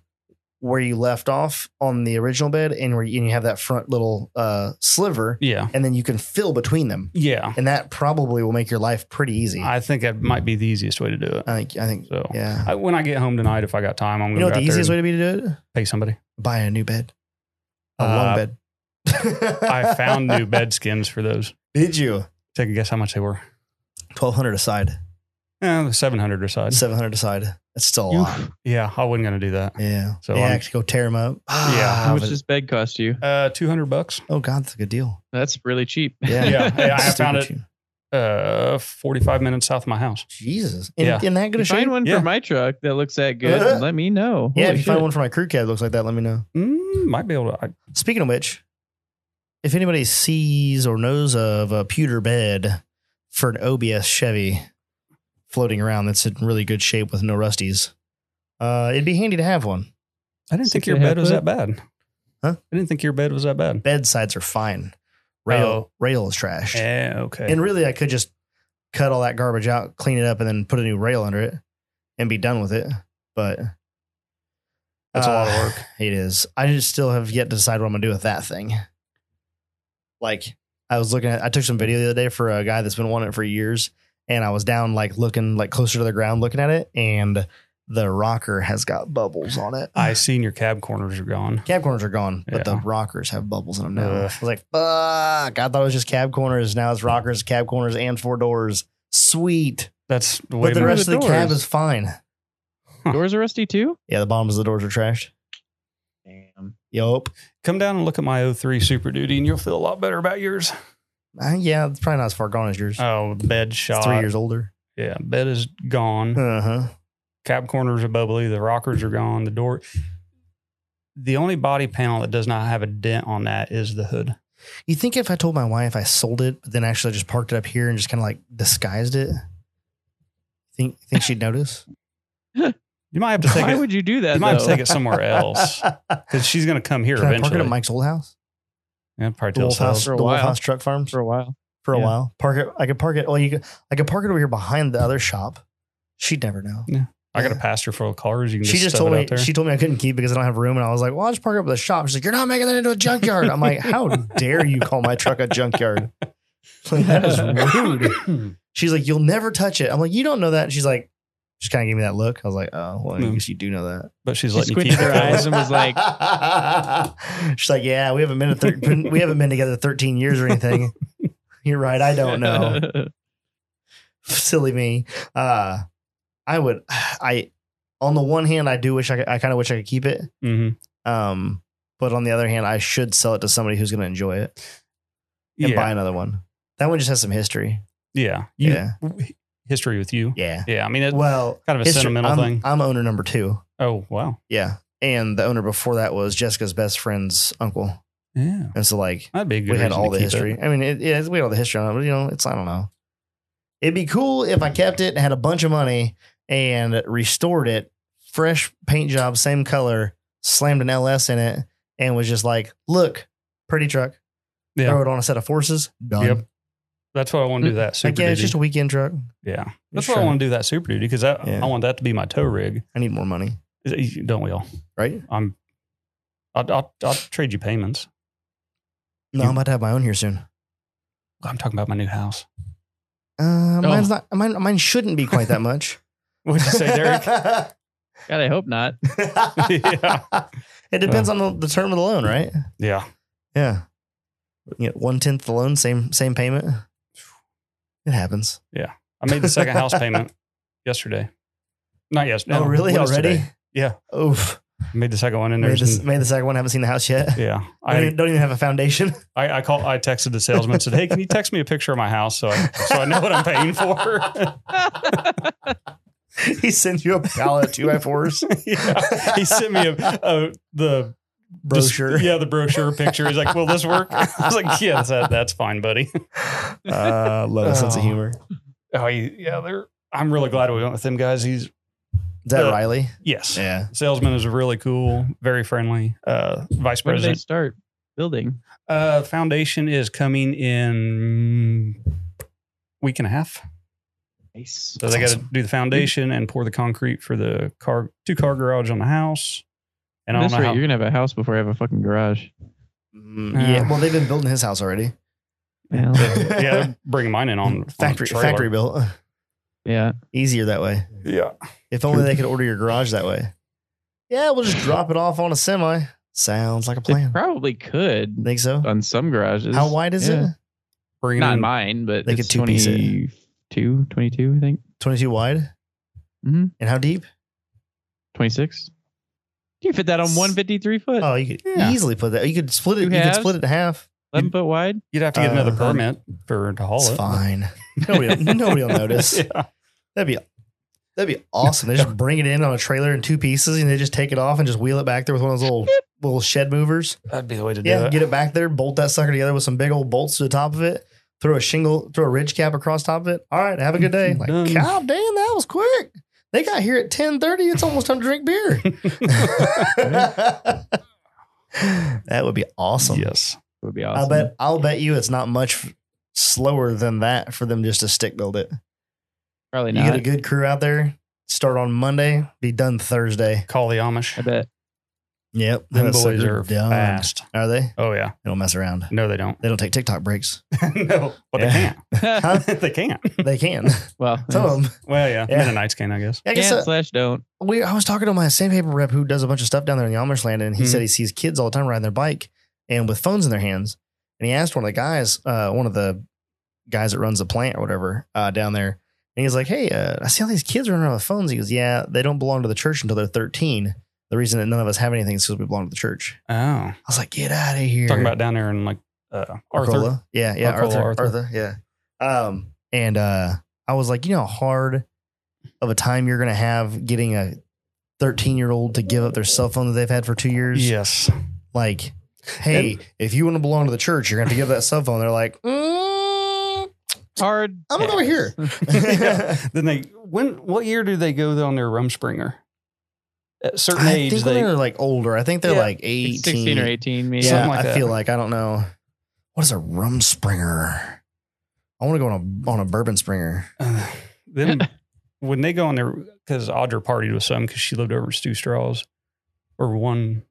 Speaker 1: where you left off on the original bed and where you, and you have that front little uh, sliver,
Speaker 3: Yeah.
Speaker 1: and then you can fill between them.
Speaker 3: Yeah.
Speaker 1: And that probably will make your life pretty easy. I,
Speaker 3: I think that might be the easiest way to do it.
Speaker 1: think, I think,
Speaker 3: So
Speaker 1: Uh, yeah.
Speaker 3: I, when I get home tonight, if I got time, I'm
Speaker 1: You
Speaker 3: going
Speaker 1: know what
Speaker 3: to
Speaker 1: the
Speaker 3: go out
Speaker 1: easiest way
Speaker 3: there and
Speaker 1: to be to do it?
Speaker 3: pay somebody.
Speaker 1: Buy a new bed, a long
Speaker 3: Uh,
Speaker 1: bed.
Speaker 3: I found new bed skins for those.
Speaker 1: Did you?
Speaker 3: Take a guess how much they were.
Speaker 1: 1200 aside,
Speaker 3: Eh, 700 or side.
Speaker 1: 700 aside. That's still a
Speaker 2: You-
Speaker 1: lot.
Speaker 3: Yeah, I wasn't going to do that.
Speaker 1: Yeah.
Speaker 3: So
Speaker 1: So yeah,
Speaker 3: I'm-
Speaker 1: actually go tear them up.
Speaker 3: Yeah.
Speaker 2: How
Speaker 1: Ah,
Speaker 2: much
Speaker 1: but-
Speaker 2: does bed cost you?
Speaker 3: Uh, 200 bucks.
Speaker 1: oh, God, that's a good deal.
Speaker 2: That's really cheap.
Speaker 1: Yeah.
Speaker 3: Yeah, hey, I
Speaker 1: Stupid
Speaker 3: found it.
Speaker 1: cheap.
Speaker 3: Uh, 45 minutes south of my house.
Speaker 1: Jesus. In,
Speaker 3: Yeah.
Speaker 1: in that good
Speaker 2: If
Speaker 1: a shape?
Speaker 2: you find one
Speaker 3: Yeah.
Speaker 2: for my truck that looks that good,
Speaker 1: Uh-huh.
Speaker 2: let me know.
Speaker 1: yeah, if
Speaker 2: Holy
Speaker 1: you find
Speaker 2: shit.
Speaker 1: one for my crew cab that looks like that, let me know.
Speaker 3: Mm, might be able to. I,
Speaker 1: Speaking of which, if anybody sees or knows of a pewter bed for an OBS Chevy floating around that's in really good shape with no rusties, uh, it'd be handy to have one.
Speaker 3: I didn't think
Speaker 2: Six
Speaker 3: your
Speaker 2: and a half
Speaker 3: bed was
Speaker 2: foot?
Speaker 3: that bad.
Speaker 1: Huh?
Speaker 3: I didn't think your bed was that bad.
Speaker 1: Bed sides are fine.
Speaker 3: Oh.
Speaker 1: Rail rail is trashed.
Speaker 3: Yeah, Eh, okay.
Speaker 1: And really, I could just cut all that garbage out, clean it up, and then put a new rail under it and be done with it. But
Speaker 3: That's a lot of
Speaker 1: Uh,
Speaker 3: work.
Speaker 1: It is. I just still have yet to decide what I'm gonna do with that thing. Like I was looking at, I took some video the other day for a guy that's been wanting it for years, and I was down like looking like closer to the ground looking at it, and the rocker has got bubbles on it.
Speaker 3: I seen your cab corners are gone.
Speaker 1: cab corners are gone, but the
Speaker 3: Yeah.
Speaker 1: rockers have bubbles in them now.
Speaker 3: Ugh.
Speaker 1: I was like, fuck! I thought it was just cab corners. Now it's rockers, cab corners, and four doors. Sweet,
Speaker 3: That's way
Speaker 1: but the
Speaker 3: more-
Speaker 1: rest of the cab
Speaker 2: doors.
Speaker 1: is fine.
Speaker 2: Doors are rusty too?
Speaker 1: Yeah, the bottoms of the doors are trashed.
Speaker 2: Damn.
Speaker 1: Yup.
Speaker 3: Come down and look at my 03 Super Duty, and you'll feel a lot better about yours.
Speaker 1: Uh, yeah, it's probably not as far gone as yours.
Speaker 3: Oh, the bed
Speaker 1: it's
Speaker 3: shot.
Speaker 1: three years older.
Speaker 3: Yeah, bed is gone.
Speaker 1: Uh huh.
Speaker 3: Cab corners are bubbly. The rockers are gone. The door. The only body panel that does not have a dent on that is the hood.
Speaker 1: You think if I told my wife I sold it, but then actually just parked it up here and just kind of like disguised it, think think she'd notice?
Speaker 3: You might have to take
Speaker 2: Why
Speaker 3: it.
Speaker 2: would you do that?
Speaker 3: you might have to
Speaker 2: though?
Speaker 3: take it somewhere else
Speaker 1: Can
Speaker 3: because she's going to come here
Speaker 1: I park it
Speaker 3: eventually.
Speaker 1: at Mike's old house,
Speaker 3: yeah, probably
Speaker 1: the
Speaker 3: till
Speaker 1: Wolf House, the
Speaker 3: sales.
Speaker 2: For a
Speaker 1: Wolf
Speaker 2: while.
Speaker 1: House Truck Farms
Speaker 2: for
Speaker 1: for,
Speaker 2: a while.
Speaker 1: a
Speaker 3: Yeah.
Speaker 1: while. Park it. I could park it. Well, you could. I could park it over here behind the other shop. She'd never know.
Speaker 3: I got a pastor full of cars. You can
Speaker 1: She
Speaker 3: just,
Speaker 1: just
Speaker 3: stuff
Speaker 1: told
Speaker 3: it
Speaker 1: me
Speaker 3: out there.
Speaker 1: she told me I couldn't keep because I don't have room, and I was like, "Well, I'll just park it up at the shop." She's like, "You're not making that into a junkyard." I'm like, "How dare you call my truck a junkyard?" Like, that is rude. She's like, "You'll never touch it." I'm like, "You don't know that." And she's like, "Just kind of gave me that look." I was like, "Oh, well, I
Speaker 3: Hmm.
Speaker 1: guess you do know that."
Speaker 3: but she's
Speaker 2: She
Speaker 3: letting you keep
Speaker 2: squinted her
Speaker 3: it.
Speaker 2: eyes and was like-
Speaker 1: "She's like, yeah, we haven't been a thir- we haven't been together 13 years or anything." You're right. I don't know. Silly me. Uh, I would. I on the one hand, I do wish I could, I kind of wish I could keep it.
Speaker 3: hmm
Speaker 1: Um, but on the other hand, I should sell it to somebody who's going to enjoy it and
Speaker 3: Yeah,
Speaker 1: buy another one. That one just has some history.
Speaker 3: yeah, You-
Speaker 1: Yeah.
Speaker 3: History with you.
Speaker 1: Yeah.
Speaker 3: Yeah, I mean, it,
Speaker 1: Well,
Speaker 3: kind of a
Speaker 1: history-
Speaker 3: sentimental
Speaker 1: I'm,
Speaker 3: thing.
Speaker 1: I'm owner number two.
Speaker 3: oh wow.
Speaker 1: Yeah. And the owner before that was Jessica's best friend's uncle.
Speaker 3: Yeah,
Speaker 1: And so, like,
Speaker 3: that'd be a good.
Speaker 1: we had
Speaker 3: reason to
Speaker 1: all the
Speaker 3: keep it.
Speaker 1: history. I mean, it, yeah, we had all the history on it, but you know, it's, I don't know. It'd be cool if I kept it and had a bunch of money and restored it, fresh paint job, same color, slammed an LS in it, and was just like, look, pretty truck.
Speaker 3: Yeah.
Speaker 1: Throw it on a set of forces. Done.
Speaker 3: Yep. That's why I want to do that. Super
Speaker 1: Like, yeah, it's
Speaker 3: Duty.
Speaker 1: Mm, just a weekend truck.
Speaker 3: yeah,
Speaker 1: It's
Speaker 3: that's why I
Speaker 1: true.
Speaker 3: want to do that Super Duty because I,
Speaker 1: Yeah.
Speaker 3: I want that to be my tow rig.
Speaker 1: I need more money,
Speaker 3: Is it- Don't we all?
Speaker 1: right?
Speaker 3: I'm. I'll, I'll, I'll trade you payments.
Speaker 1: No,
Speaker 3: You-
Speaker 1: I'm about to have my own here soon.
Speaker 3: I'm talking about my new house.
Speaker 1: Uh, Mine's not. Mine, mine shouldn't be quite that much.
Speaker 3: Oh. What'd you say, Derek?
Speaker 2: God, I hope not.
Speaker 3: Yeah.
Speaker 1: It depends on the, the term of the loan, right?
Speaker 3: Uh. yeah,
Speaker 1: Yeah. You get one tenth the loan, same same payment. It happens.
Speaker 3: I made the second house payment yesterday. Not yesterday.
Speaker 1: oh, really? Oh, Already?
Speaker 3: Yeah.
Speaker 1: Oof.
Speaker 3: Made the second one and
Speaker 1: Made,
Speaker 3: there's
Speaker 1: this, made the second one. Haven't seen the house yet.
Speaker 3: yeah.
Speaker 1: I
Speaker 3: I,
Speaker 1: don't even have a foundation.
Speaker 3: I I call I texted the salesman said, "Hey, can you text me a picture of my house so I, so I know what I'm paying for?"
Speaker 1: he sends you a pallet of two by fours
Speaker 3: yeah. He sent me a, a the
Speaker 1: brochure.
Speaker 3: yeah, the brochure picture. He's like, "Will this work?" I was like, "Yeah, that's, that's fine, buddy."
Speaker 1: Uh, love a sense of
Speaker 3: Oh.
Speaker 1: humor. Is
Speaker 3: Oh, he- yeah, they're. I'm really glad we went with them guys. He's
Speaker 1: that
Speaker 3: Uh,
Speaker 1: Riley?
Speaker 3: yes,
Speaker 1: Yeah.
Speaker 3: salesman is really cool, very friendly. Uh, vice
Speaker 2: Where do they
Speaker 3: president.
Speaker 2: start building?
Speaker 3: Uh, foundation is coming in mm, week and a half.
Speaker 2: Nice.
Speaker 3: So they got to do the foundation and pour the concrete for the car two car garage on the house. And I
Speaker 2: At
Speaker 3: don't
Speaker 2: this
Speaker 3: know
Speaker 2: rate,
Speaker 3: how,
Speaker 2: you're gonna have a house before I have a fucking garage.
Speaker 1: Mm,
Speaker 3: Uh.
Speaker 1: yeah. Well, they've been building his house already.
Speaker 2: Well,
Speaker 1: gonna-
Speaker 3: yeah, they're bringing mine in on on a
Speaker 1: Mm, factory
Speaker 3: trailer.
Speaker 1: factory built.
Speaker 2: yeah.
Speaker 1: Easier that way.
Speaker 3: Yeah,
Speaker 1: If only they could order your garage that way. Yeah, we'll just drop it off on a semi. Sounds like a
Speaker 2: They
Speaker 1: plan.
Speaker 2: probably could
Speaker 1: Think so?
Speaker 2: on some garages.
Speaker 1: How wide is
Speaker 2: Uh, Yeah.
Speaker 1: it?
Speaker 3: bringing
Speaker 2: Not
Speaker 3: in
Speaker 2: mine, but
Speaker 1: They
Speaker 2: they
Speaker 1: could
Speaker 2: could
Speaker 1: two-piece it.
Speaker 2: 22, 22, I think.
Speaker 1: 22 wide?
Speaker 2: Mhm.
Speaker 1: And how deep?
Speaker 2: 26. You fit that on
Speaker 1: S-
Speaker 2: 153 foot,
Speaker 1: Oh, you could
Speaker 3: Yeah.
Speaker 1: easily put that. You could split it.
Speaker 2: Two
Speaker 1: You could
Speaker 2: halves?
Speaker 1: split it in half.
Speaker 2: 11 foot wide.
Speaker 3: You'd have to get another
Speaker 1: Uh,
Speaker 3: permit for to haul
Speaker 1: It's
Speaker 3: it.
Speaker 1: fine. Nobody, nobody will notice.
Speaker 3: Yeah.
Speaker 1: That'd be that'd be awesome. They just bring it in on a trailer in two pieces, and they just take it off and just wheel it back there with one of those little little shed movers.
Speaker 3: That'd be the way to
Speaker 1: Yeah, get it back there, bolt that sucker together with some big old bolts to the top of it. Throw a shingle, throw a ridge cap across top of it. All right, have a good day. Like,
Speaker 3: Done.
Speaker 1: God damn, that was quick. They got here at ten thirty. It's almost time to drink beer. that would be awesome.
Speaker 3: Yes.
Speaker 2: Would be
Speaker 1: I
Speaker 2: awesome.
Speaker 1: bet I'll bet you it's not much f- slower than that for them just to stick build it.
Speaker 2: Probably
Speaker 1: You get a
Speaker 2: not.
Speaker 1: good crew out there. Start on Monday, be done Thursday.
Speaker 3: Call the Amish.
Speaker 2: I bet.
Speaker 1: Yep,
Speaker 3: Them
Speaker 1: That's
Speaker 3: boys
Speaker 1: they're
Speaker 3: are
Speaker 1: done.
Speaker 3: fast.
Speaker 1: Are they?
Speaker 3: Oh yeah.
Speaker 1: They don't mess around.
Speaker 3: No, they don't.
Speaker 1: They don't take TikTok breaks.
Speaker 3: no, but
Speaker 1: Yeah. Huh?
Speaker 3: they can't. they can't.
Speaker 1: They can.
Speaker 2: well,
Speaker 1: Some of them.
Speaker 3: Well, yeah.
Speaker 1: Yeah.
Speaker 3: Mennonites can, I guess.
Speaker 1: I guess
Speaker 2: can
Speaker 1: uh,
Speaker 2: slash don't.
Speaker 1: we. I was talking to my sandpaper rep who does a bunch of stuff down there in the Amish land, and he
Speaker 3: Mhm.
Speaker 1: said he sees kids all the time riding their bike and with phones in their hands. And he asked one of the guys, uh, one of the guys that runs the plant or whatever uh, down there, and he's like, "Hey, uh, I see all these kids running around with phones." He goes, "Yeah, they don't belong to the church until they're 13. The reason that none of us have anything is because we belong to the church."
Speaker 3: Oh,
Speaker 1: I was like, "Get out of here!"
Speaker 3: talking about down there in like uh, Arthur.
Speaker 1: Arcola. Yeah, yeah,
Speaker 3: Arcola,
Speaker 1: Arthur,
Speaker 3: Arthur.
Speaker 1: Arthur, yeah. Um, and uh, I was like, you know, how hard of a time you're gonna have getting a 13 year old to give up their cell phone that they've had for two years.
Speaker 3: Yes.
Speaker 1: Like, hey, if you want to belong to the church, you're gonna have to give that cell phone. They're like, mm,
Speaker 2: Hard.
Speaker 1: I'm gonna go over here.
Speaker 3: Yeah. Then they when what year do they go on their Rumspringer? At a certain
Speaker 1: I
Speaker 3: age,
Speaker 1: think
Speaker 3: they
Speaker 1: they're like older. I think they're
Speaker 3: Yeah.
Speaker 1: like 18.
Speaker 2: 16 or 18, maybe.
Speaker 1: Yeah,
Speaker 3: Something like
Speaker 1: I
Speaker 3: that.
Speaker 1: feel like I don't know. What is a rum springer? I want to go on a on a bourbon springer.
Speaker 3: uh, then when they go on their because Audra partied with some because she lived over in Stu Straws or one.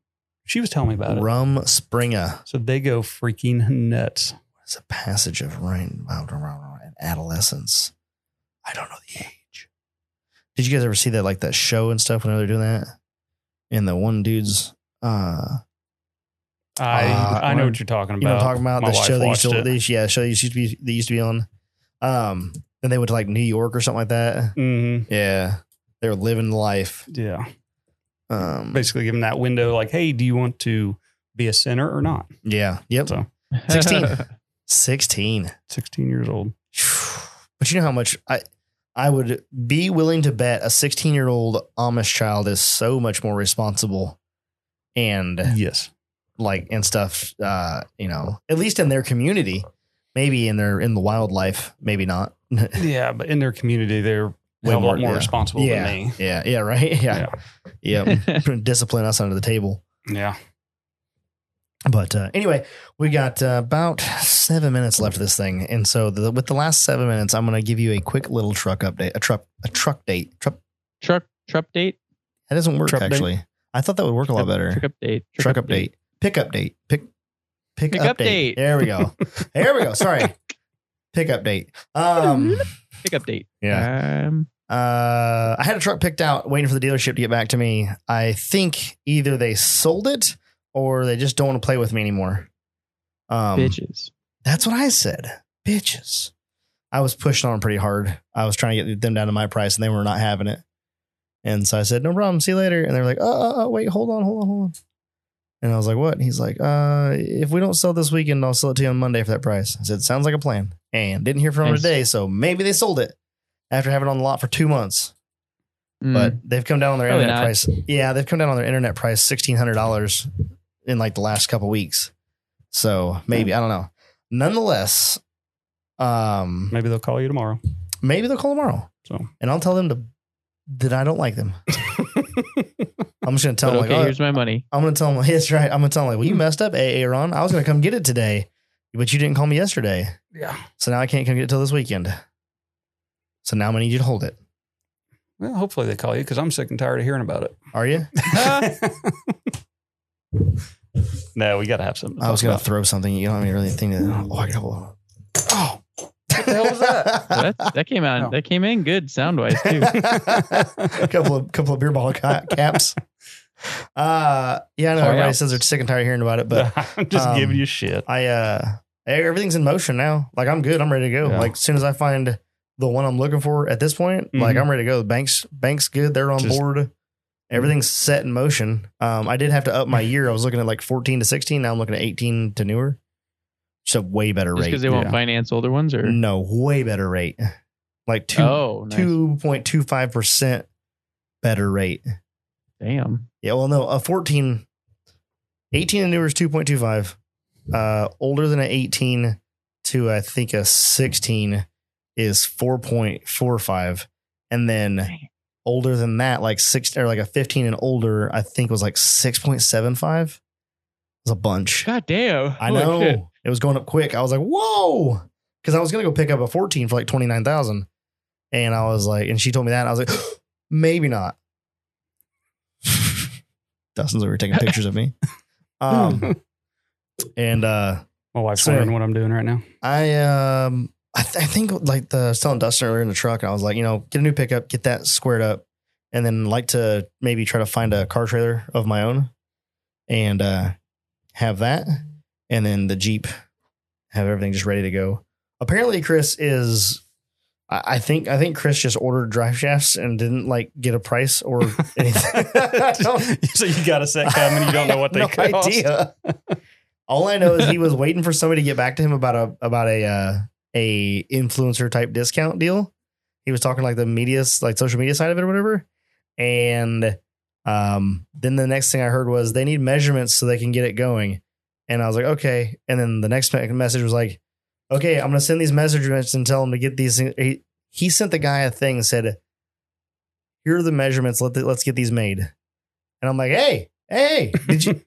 Speaker 3: She was telling me about it.
Speaker 1: Rum springer.
Speaker 3: So they go freaking nuts.
Speaker 1: It's a passage of rain and adolescence. I don't know the age. Did you guys ever see that like that show and stuff when they're doing that? And the one dude's uh
Speaker 3: I
Speaker 1: Uh,
Speaker 3: I know
Speaker 2: or-
Speaker 3: what you're talking about.
Speaker 1: you know what I'm talking about
Speaker 3: My
Speaker 1: the
Speaker 3: wife
Speaker 1: show they used
Speaker 3: watched
Speaker 1: to
Speaker 3: it.
Speaker 1: they, yeah, show they used to be they used to be on. Um then they went to like New York or something like that.
Speaker 3: Mhm.
Speaker 1: Yeah. They were living life.
Speaker 3: Mm-hmm. Yeah,
Speaker 1: Um
Speaker 3: basically give them that window. Like, hey, do you want to be a sinner or not?
Speaker 1: yeah. Yep.
Speaker 3: So
Speaker 1: 16. 16.
Speaker 3: 16 years old.
Speaker 1: But you know how much I I would be willing to bet a 16 year old Amish child is so much more responsible and
Speaker 3: Yes.
Speaker 1: like and stuff. Uh, you know, at least in their community, maybe in their in the wildlife, maybe not.
Speaker 3: Yeah, but in their community, they're
Speaker 1: Eh. Way
Speaker 3: a lot
Speaker 1: more-
Speaker 3: more,
Speaker 1: yeah.
Speaker 3: responsible
Speaker 1: yeah,
Speaker 3: than me.
Speaker 1: yeah, yeah, right, yeah, yeah. Discipline us under the table.
Speaker 3: Yeah.
Speaker 1: But uh, anyway, we got uh, about seven minutes left of this thing, and so the, with the last seven minutes, I'm going to give you a quick little truck update, a truck, a truck date, truck
Speaker 2: truck, truck date.
Speaker 1: That doesn't work
Speaker 3: Truck update?
Speaker 1: actually. I thought that would work a lot better.
Speaker 2: Truck update.
Speaker 1: Truck, update. Pick update. Pick pick,
Speaker 2: Pick
Speaker 1: update.
Speaker 2: update.
Speaker 1: There we go. there we go. Sorry. Pick update. Um
Speaker 2: Pick update.
Speaker 1: yeah.
Speaker 2: Um,
Speaker 1: Uh I had a truck picked out waiting for the dealership to get back to me. I think either they sold it or they just don't want to play with me anymore. Um
Speaker 2: bitches.
Speaker 1: that's what I said. Bitches. I was pushing on 'em pretty hard. I was trying to get them down to my price and they were not having it. And so I said, no problem. See you later. And they're like, uh, uh, uh, wait, hold on, hold on, hold on. And I was like, what? And he's like, uh, if we don't sell this weekend, I'll sell it to you on Monday for that price. I said, sounds like a plan. And didn't hear from them
Speaker 2: Nice.
Speaker 1: today. So maybe they sold it after having it on the lot for two months.
Speaker 2: Mm.
Speaker 1: But they've come down on their
Speaker 2: Probably
Speaker 1: internet
Speaker 2: not.
Speaker 1: price. Yeah, they've come down on their internet price $1,600 in like the last couple weeks. So maybe, I don't know. Nonetheless, um,
Speaker 3: Maybe they'll call you tomorrow.
Speaker 1: Maybe they'll call tomorrow.
Speaker 3: So.
Speaker 1: and I'll tell them to that I don't like them. I'm just gonna tell
Speaker 2: But
Speaker 1: them
Speaker 2: okay,
Speaker 1: like, "Oh,
Speaker 2: here's Hmm. my money.
Speaker 1: I'm gonna tell them. That's right. I'm gonna tell them like, well, you messed up, Aaron. I was gonna come get it today, but you didn't call me yesterday,
Speaker 3: yeah.
Speaker 1: so now I can't come get it till this weekend. So now I'm gonna need you to hold it.
Speaker 3: Well, hopefully they call you because I'm sick and tired of hearing about it.
Speaker 1: Are you?
Speaker 3: no, we got to have something. to
Speaker 1: I was
Speaker 3: talk
Speaker 1: gonna
Speaker 3: about.
Speaker 1: throw something. You don't have any really thing to. Oh, I can hold on.
Speaker 3: Oh, what the hell was that?
Speaker 2: Well, that, that came
Speaker 1: Oh.
Speaker 2: out.
Speaker 3: No.
Speaker 2: That came in good sound wise too.
Speaker 1: a couple of couple of beer bottle ca- caps. Uh, yeah, I know
Speaker 2: Oh, yeah.
Speaker 1: everybody says they're sick and tired of hearing about it, but
Speaker 3: I'm just
Speaker 1: um,
Speaker 3: giving you shit.
Speaker 1: I uh everything's in motion now. Like I'm good. I'm ready to go.
Speaker 3: Yeah.
Speaker 1: Like as soon as I find the one I'm looking for at this point, like
Speaker 3: Mhm.
Speaker 2: Mm-hmm.
Speaker 1: I'm ready to go. The bank's bank's good. They're on
Speaker 3: Just-
Speaker 1: board. Everything's set in motion. Um, I did have to up my year. I was looking at like 14 to 16. Now I'm looking at 18 to newer. Just a way better
Speaker 2: Just
Speaker 1: rate.
Speaker 2: because they won't
Speaker 3: yeah.
Speaker 2: finance older ones, or
Speaker 1: no, way better rate. Like Mm, two
Speaker 2: oh, nice.
Speaker 1: 2.25 percent better rate.
Speaker 2: damn,
Speaker 1: Yeah, well, no, a 14, 18 and newer is 2.25. Uh, older than an 18 to, I think, a 16 is 4.45. And then
Speaker 2: Dang.
Speaker 1: older than that, like six or like a 15 and older, I think was like 6.75. It was a bunch.
Speaker 2: god damn,
Speaker 1: I
Speaker 2: Holy
Speaker 1: know
Speaker 2: shit.
Speaker 1: it was going up quick. I was like, whoa, because I was gonna go pick up a 14 for like 29,000, and I was like, and she told me that, and I was like, maybe not. Dustin's over here taking pictures of me. Um, and uh,
Speaker 3: My wife's
Speaker 1: so-
Speaker 3: wondering what I'm doing right now.
Speaker 1: I um, I, th- I think like the I was telling Dustin earlier in the truck, and I was like, you know, get a new pickup, get that squared up, and then like to maybe try to find a car trailer of my own, and uh, have that, and then the Jeep, have everything just ready to go. Apparently, Chris is. I I think I think Chris just ordered drive shafts and didn't like get a price or anything. I don't-
Speaker 3: so you got a set coming. You don't know what they
Speaker 1: I have
Speaker 3: cost.
Speaker 1: idea. All I know is he was waiting for somebody to get back to him about a about a uh, a influencer type discount deal. He was talking like the media, like social media side of it or whatever. And um, then the next thing I heard was they need measurements so they can get it going. And I was like, okay. And then the next me- message was like, okay, I'm gonna send these measurements and tell him to get these. things." He, he sent the guy a thing and said, here are the measurements. Let the, let's get these made. And I'm like, hey, hey, did you?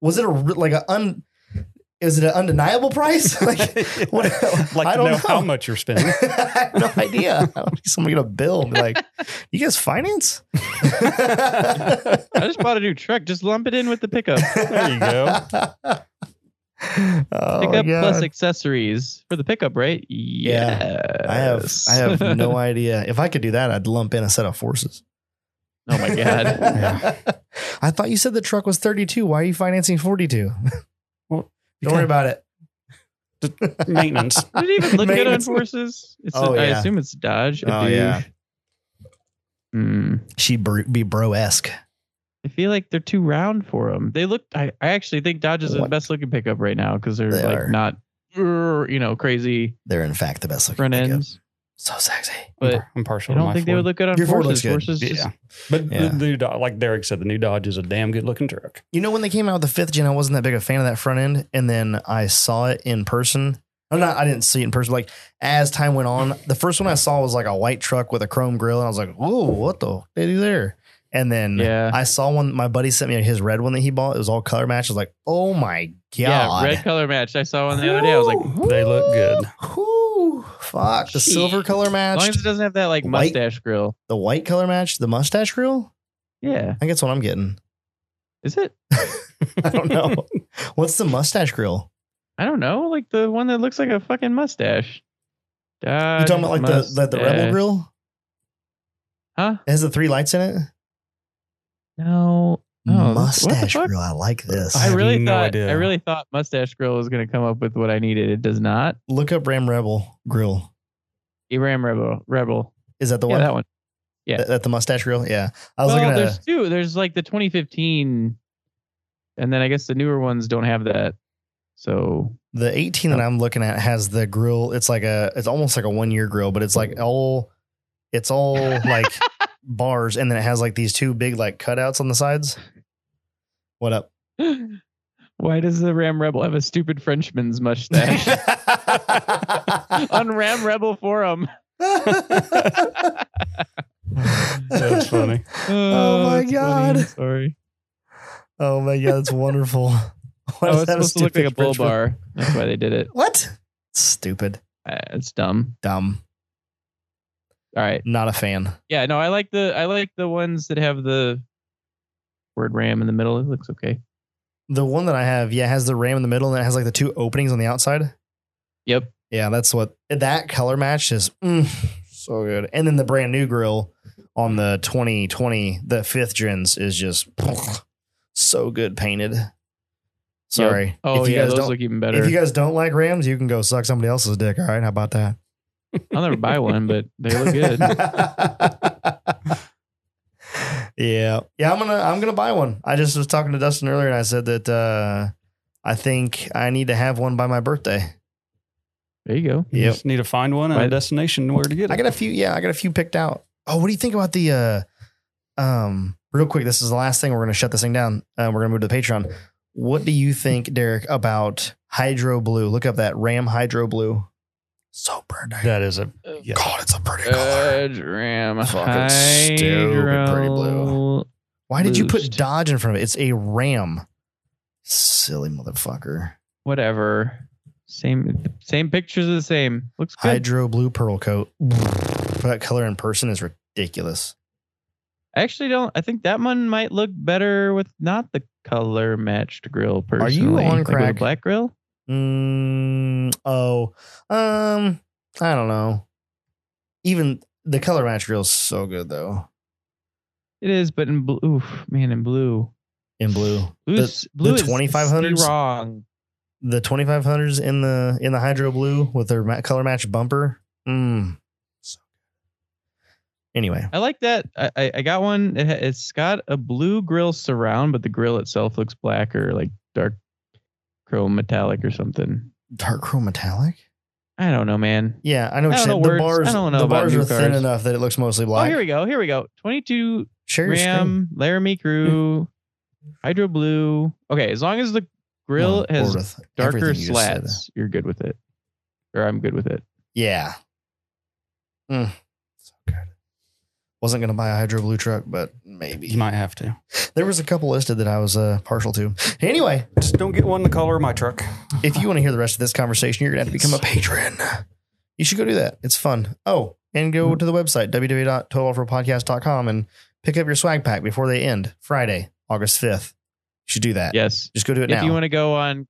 Speaker 1: was it a re- like a un? Is it an undeniable price? like what-
Speaker 3: like
Speaker 1: I
Speaker 3: to
Speaker 1: don't
Speaker 3: know,
Speaker 1: know.
Speaker 3: how much you're spending.
Speaker 1: I have no idea. Somebody gonna bill and be like, you guys finance?
Speaker 2: I just bought a new truck. Just lump it in with the pickup.
Speaker 3: There you go.
Speaker 1: Oh, my
Speaker 2: Pickup
Speaker 1: God.
Speaker 2: plus accessories for the pickup, right?
Speaker 1: Yeah.
Speaker 2: Yes.
Speaker 1: I have I have no idea. If I could do that, I'd lump in a set of forces.
Speaker 2: oh my god.
Speaker 1: I thought you said the truck was 32. Why are you financing 42?
Speaker 3: Well,
Speaker 1: Don't worry about it.
Speaker 3: maintenance.
Speaker 2: Did it even look good on
Speaker 1: Maintenance.
Speaker 2: horses? It's
Speaker 1: Oh,
Speaker 2: I
Speaker 1: yeah.
Speaker 2: assume it's Dodge. a
Speaker 1: Oh, yeah.
Speaker 2: Duke. Hmm.
Speaker 1: She'd br- be bro esque.
Speaker 2: I feel like they're too round for them. They look. I, I actually think Dodges are the
Speaker 1: What?
Speaker 2: best looking pickup right now because they're
Speaker 1: They
Speaker 2: like
Speaker 1: are.
Speaker 2: not, er, you know, crazy
Speaker 1: They're in fact the best looking
Speaker 2: front
Speaker 1: pickup.
Speaker 2: ends.
Speaker 1: So sexy.
Speaker 2: But
Speaker 3: I'm partial.
Speaker 2: I
Speaker 3: to
Speaker 2: don't
Speaker 3: my
Speaker 2: think they would
Speaker 3: Ford.
Speaker 2: look good on
Speaker 1: Your Ford
Speaker 2: horses.
Speaker 1: looks good.
Speaker 2: Horses, just,
Speaker 3: Yeah, but
Speaker 1: Yeah.
Speaker 3: The, the new Dodge, like Derek said, the new Dodge is a damn good looking truck.
Speaker 1: You know, when they came out with the fifth gen, I wasn't that big a fan of that front end. And then I saw it in person. I'm not, I didn't see it in person. Like as time went on, the first one I saw was like a white truck with a chrome grill. And I was like, whoa, what the f- they do there? And then
Speaker 2: yeah,
Speaker 1: I saw one, my buddy sent me his red one that he bought. It was all color match. I was like, oh my God.
Speaker 2: yeah, red color match. I saw one the other day. I was like,
Speaker 1: Woo!
Speaker 3: they look good.
Speaker 1: Woo! fuck. The
Speaker 2: Gee.
Speaker 1: silver color
Speaker 2: as long as
Speaker 1: match,
Speaker 2: it doesn't have that like
Speaker 1: White?
Speaker 2: mustache grill.
Speaker 1: the white color match, the mustache grill.
Speaker 2: Yeah,
Speaker 1: I think that's what I'm getting.
Speaker 2: is it?
Speaker 1: I don't know. What's the mustache grill?
Speaker 2: I don't know. Like the one that looks like a fucking mustache. Dodge
Speaker 1: You talking about like the, the, the rebel
Speaker 2: mustache.
Speaker 1: grill?
Speaker 2: Huh?
Speaker 1: It has the three lights in it.
Speaker 2: No. No, this- Oh, what the
Speaker 1: mustache
Speaker 2: fuck?
Speaker 1: grill. I like this.
Speaker 3: I
Speaker 2: I
Speaker 3: have
Speaker 2: really
Speaker 3: no
Speaker 2: thought
Speaker 3: idea.
Speaker 2: I really thought Mustache Grill was going to come up with what I needed. It does not.
Speaker 1: Look up Ram Rebel grill.
Speaker 2: Abraham Rebel Rebel.
Speaker 1: Is that the
Speaker 2: yeah,
Speaker 1: one?
Speaker 2: that one. Yeah.
Speaker 1: Th- at the mustache reel. Yeah, I was
Speaker 2: well,
Speaker 1: looking
Speaker 2: there's
Speaker 1: at.
Speaker 2: two. There's like the 2015, and then I guess the newer ones don't have that. So
Speaker 1: The 18
Speaker 2: Oh.
Speaker 1: that I'm looking at has the grill. It's like a, it's almost like a one year grill, but it's like all, it's all like bars, and then it has like these two big like cutouts on the sides. What up?
Speaker 2: why does the Ram Rebel have a stupid Frenchman's mustache on Ram Rebel Forum?
Speaker 3: That's funny.
Speaker 1: Oh, my
Speaker 2: that's funny.
Speaker 1: God.
Speaker 2: Sorry,
Speaker 1: Oh my god, that's wonderful. Why
Speaker 2: oh,
Speaker 1: does
Speaker 2: it's
Speaker 1: that have
Speaker 2: supposed to look like
Speaker 1: stupid
Speaker 2: a bull
Speaker 1: French word?
Speaker 2: bar. That's why they did it.
Speaker 1: What? Stupid,
Speaker 2: Uh, it's dumb.
Speaker 1: dumb.
Speaker 2: All right.
Speaker 1: Not a fan.
Speaker 2: Yeah. No, I like the I like the ones that have the word Ram in the middle. It looks okay.
Speaker 1: The one that I have, yeah, has the ram in the middle and it has like the two openings on the outside.
Speaker 2: Yep.
Speaker 1: Yeah, that's what that color match is mm, so good. And then the brand new grill on the 2020, the fifth gens is just so good painted. Sorry.
Speaker 2: Oh
Speaker 1: if you
Speaker 2: yeah,
Speaker 1: guys
Speaker 2: those
Speaker 1: don't,
Speaker 2: look even better.
Speaker 1: if you guys don't like Rams, you can go suck somebody else's dick. All right, how about that?
Speaker 2: I'll never buy one, but they look good.
Speaker 1: yeah. Yeah, I'm gonna I'm gonna buy one. I just was talking to Dustin earlier and I said that uh I think I need to have one by my birthday.
Speaker 2: There you go.
Speaker 3: You
Speaker 1: Yep.
Speaker 3: just need to find one and a
Speaker 2: Right.
Speaker 3: destination where to get
Speaker 1: I
Speaker 3: it.
Speaker 1: got a few yeah, I got a few picked out. Oh, what do you think about the uh um real quick, this is the last thing we're gonna shut this thing down. Uh, we're gonna move to the Patreon. What do you think, Derek, about Hydro Blue? Look up that Ram Hydro Blue. So pretty.
Speaker 3: That is a yeah. Uh,
Speaker 1: God, it's a pretty color.
Speaker 2: Edge Ram.
Speaker 1: Fucking stupid, pretty blue. Why did you put
Speaker 2: Boost.
Speaker 1: Dodge in front of it? It's a Ram. Silly motherfucker.
Speaker 2: Whatever. Same same pictures are the same. Looks good.
Speaker 1: Hydro blue pearl coat. that color in person is ridiculous.
Speaker 2: I actually don't I think that one might look better with not the color matched grill personally.
Speaker 1: on
Speaker 2: Like with a
Speaker 1: crack?
Speaker 2: black grill?
Speaker 1: Mm, oh, um, I don't know. Even the color match reel is so good though.
Speaker 2: It is, but in blue oof, man, in blue.
Speaker 1: In blue,
Speaker 2: Blue's,
Speaker 1: the
Speaker 2: blue is
Speaker 1: 2500s?
Speaker 2: is wrong.
Speaker 1: the 2500s in the in the hydro blue with their ma- color match bumper. Mm. So good. Anyway,
Speaker 2: I like that. I, I, I got one. It, ha- it's got a blue grill surround, but the grill itself looks black or like dark chrome metallic or something.
Speaker 1: dark chrome metallic.
Speaker 2: I don't know, man.
Speaker 1: Yeah, I know. What
Speaker 2: I don't
Speaker 1: you said.
Speaker 2: know
Speaker 1: the
Speaker 2: words.
Speaker 1: bars,
Speaker 2: I don't know
Speaker 1: the
Speaker 2: about
Speaker 1: bars
Speaker 2: new
Speaker 1: are thin
Speaker 2: cars.
Speaker 1: enough that it looks mostly
Speaker 2: Oh,
Speaker 1: black.
Speaker 2: here we go. Here we go. 22
Speaker 1: Share your screen.
Speaker 2: Ram, Laramie
Speaker 1: Hmm.
Speaker 2: Crew, Hydro Blue. Okay, as long as the grill
Speaker 1: Oh, I'm
Speaker 2: has
Speaker 1: bored with
Speaker 2: darker
Speaker 1: everything you just said.
Speaker 2: slats, you're good with it. Or I'm good with it.
Speaker 1: Yeah. Mm. So good. Wasn't gonna buy a hydro blue truck, but
Speaker 3: You
Speaker 1: maybe
Speaker 3: might have to.
Speaker 1: there was a couple listed that I was uh, partial to. Anyway,
Speaker 3: Just don't get one the color of my truck.
Speaker 1: if you want to hear the rest of this conversation, you're gonna have to become a patron. You should go do that. It's fun. Oh, and go to the website www.totalofferpodcast.com and pick up your swag pack before they end Friday, August fifth. You should do that.
Speaker 2: Yes.
Speaker 1: Just go do it
Speaker 2: If
Speaker 1: now.
Speaker 2: you want to go on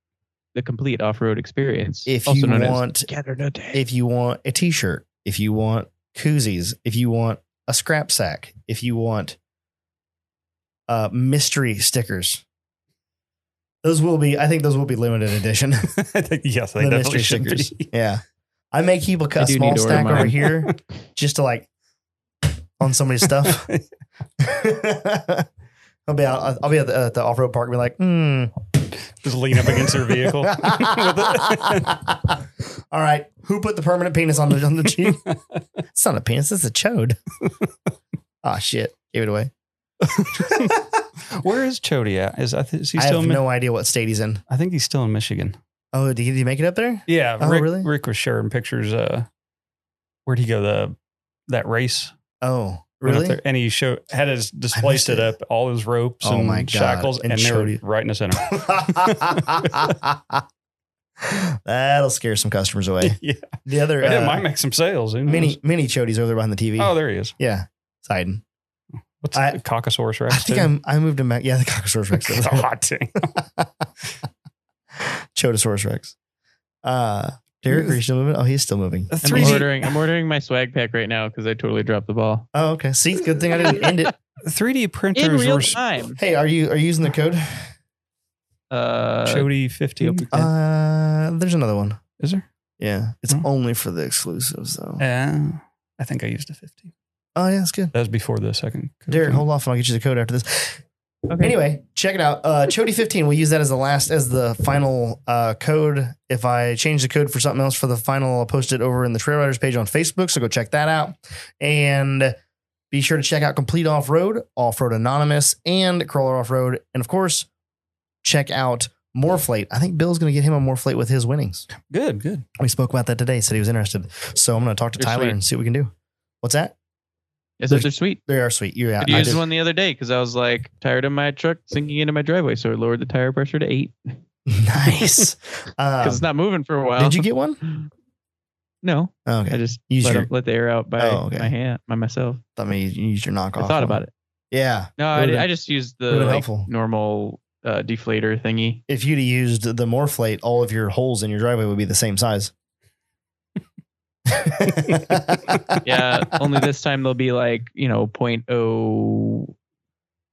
Speaker 2: the complete off-road experience,
Speaker 1: if
Speaker 2: also
Speaker 1: you
Speaker 2: known as
Speaker 1: want
Speaker 2: Canada Day.
Speaker 1: if you want a t-shirt, if you want koozies, if you want a scrap sack, if you want uh mystery stickers. Those will be I think those will be limited edition.
Speaker 3: I think- yes, they
Speaker 1: the
Speaker 3: definitely
Speaker 1: mystery
Speaker 3: should
Speaker 1: stickers.
Speaker 3: be.
Speaker 1: Yeah. I may keep a, cu-
Speaker 2: I do
Speaker 1: small
Speaker 2: need to order
Speaker 1: stack over
Speaker 2: mine.
Speaker 1: here just to like on somebody's stuff.
Speaker 3: That's
Speaker 1: I'll be out I'll be at the, at the off-road park and be like, hmm.
Speaker 3: Just lean up against their vehicle. with it.
Speaker 1: All right. Who put the permanent penis on the on the Jeep? it's not a penis, it's a chode. Ah shit. Gave it away.
Speaker 3: Where is Chody at? Is I th- is he
Speaker 1: I
Speaker 3: still?
Speaker 1: have
Speaker 3: in Mi-
Speaker 1: no idea what state he's in.
Speaker 3: I think he's still in Michigan.
Speaker 1: Oh, did he, did he make it up there?
Speaker 3: Yeah,
Speaker 1: Oh,
Speaker 3: Rick,
Speaker 1: really?
Speaker 3: Rick was sharing pictures. Uh, where'd he go? The that race
Speaker 1: Oh,
Speaker 3: Went up
Speaker 1: really?
Speaker 3: there, and he showed had his
Speaker 1: missed
Speaker 3: displaced it
Speaker 1: it.
Speaker 3: up all his ropes
Speaker 1: Oh
Speaker 3: and
Speaker 1: my God.
Speaker 3: shackles,
Speaker 1: And
Speaker 3: and, they were
Speaker 1: Chody.
Speaker 3: right in the center.
Speaker 1: That'll scare some customers away.
Speaker 3: yeah,
Speaker 1: The other
Speaker 3: it
Speaker 1: uh,
Speaker 3: might make some sales. Who knows?
Speaker 1: mini mini chodies over there behind the TV.
Speaker 3: Oh, there he is.
Speaker 1: yeah, it's hiding.
Speaker 3: What's
Speaker 1: I-
Speaker 3: the Caucasaurus
Speaker 1: I
Speaker 3: Rex?
Speaker 1: think
Speaker 3: too?
Speaker 1: I'm I moved him back. Yeah, the Caucasaurus Rex. is there.
Speaker 3: God dang.
Speaker 1: Chodosaurus Rex. Uh, Derek, are you still moving? Oh, he's still moving.
Speaker 3: The
Speaker 2: I'm
Speaker 3: 3D
Speaker 2: ordering. I'm ordering my swag pack right now because I totally dropped the ball.
Speaker 1: Oh, okay. See, good thing I didn't end it.
Speaker 3: 3D printers
Speaker 2: In real
Speaker 3: were
Speaker 2: time.
Speaker 1: Hey, are you are you using the code?
Speaker 2: Uh,
Speaker 3: Chody 50.
Speaker 1: Uh, there's another one.
Speaker 3: is there?
Speaker 1: Yeah, it's
Speaker 3: Hmm. Oh. Eh.
Speaker 1: only for the exclusives though.
Speaker 3: Uh, I think I used a 50.
Speaker 1: Oh yeah, that's good.
Speaker 3: That was before the second. cookie.
Speaker 1: Derek, hold off and I'll get you the code after this. Anyway, check it out. Uh, Chody fifteen. We'll use that as the last, as the final uh, code. If I change the code for something else for the final, I'll post it over in the Trail Riders page on Facebook. So go check that out, and be sure to check out Complete Off Road, Off Road Anonymous, and Crawler Off Road, and of course, check out Morflate. I think Bill's going to get him a Morflate with his winnings.
Speaker 3: Good, good.
Speaker 1: We spoke about that today. Said he was interested. So I'm going to talk to
Speaker 2: They're
Speaker 1: Tyler
Speaker 2: sweet.
Speaker 1: and see what we can do. What's that?
Speaker 2: Yes, those are sweet.
Speaker 1: They are sweet. You're out.
Speaker 2: I used one the other day because I was like tired of my truck sinking into my driveway, so it lowered the tire pressure to eight because
Speaker 1: Nice. Um,
Speaker 2: it's not moving for a while.
Speaker 1: Did you get one?
Speaker 2: No,
Speaker 1: Oh,
Speaker 2: I
Speaker 1: okay.
Speaker 2: just
Speaker 1: Use
Speaker 2: let,
Speaker 1: your-
Speaker 2: it- let the air out by
Speaker 1: Oh, okay.
Speaker 2: my hand by myself.
Speaker 1: Let me use your knockoff.
Speaker 2: I thought about it.
Speaker 1: Yeah.
Speaker 2: No,
Speaker 1: Would've
Speaker 2: I, did,
Speaker 1: been-
Speaker 2: I just used the
Speaker 1: would've been
Speaker 2: like,
Speaker 1: helpful.
Speaker 2: normal uh, deflator thingy.
Speaker 1: If you'd have used the Morphlate, all of your holes in your driveway would be the same size.
Speaker 2: Yeah, only this time they'll be like you know oh, 0.0,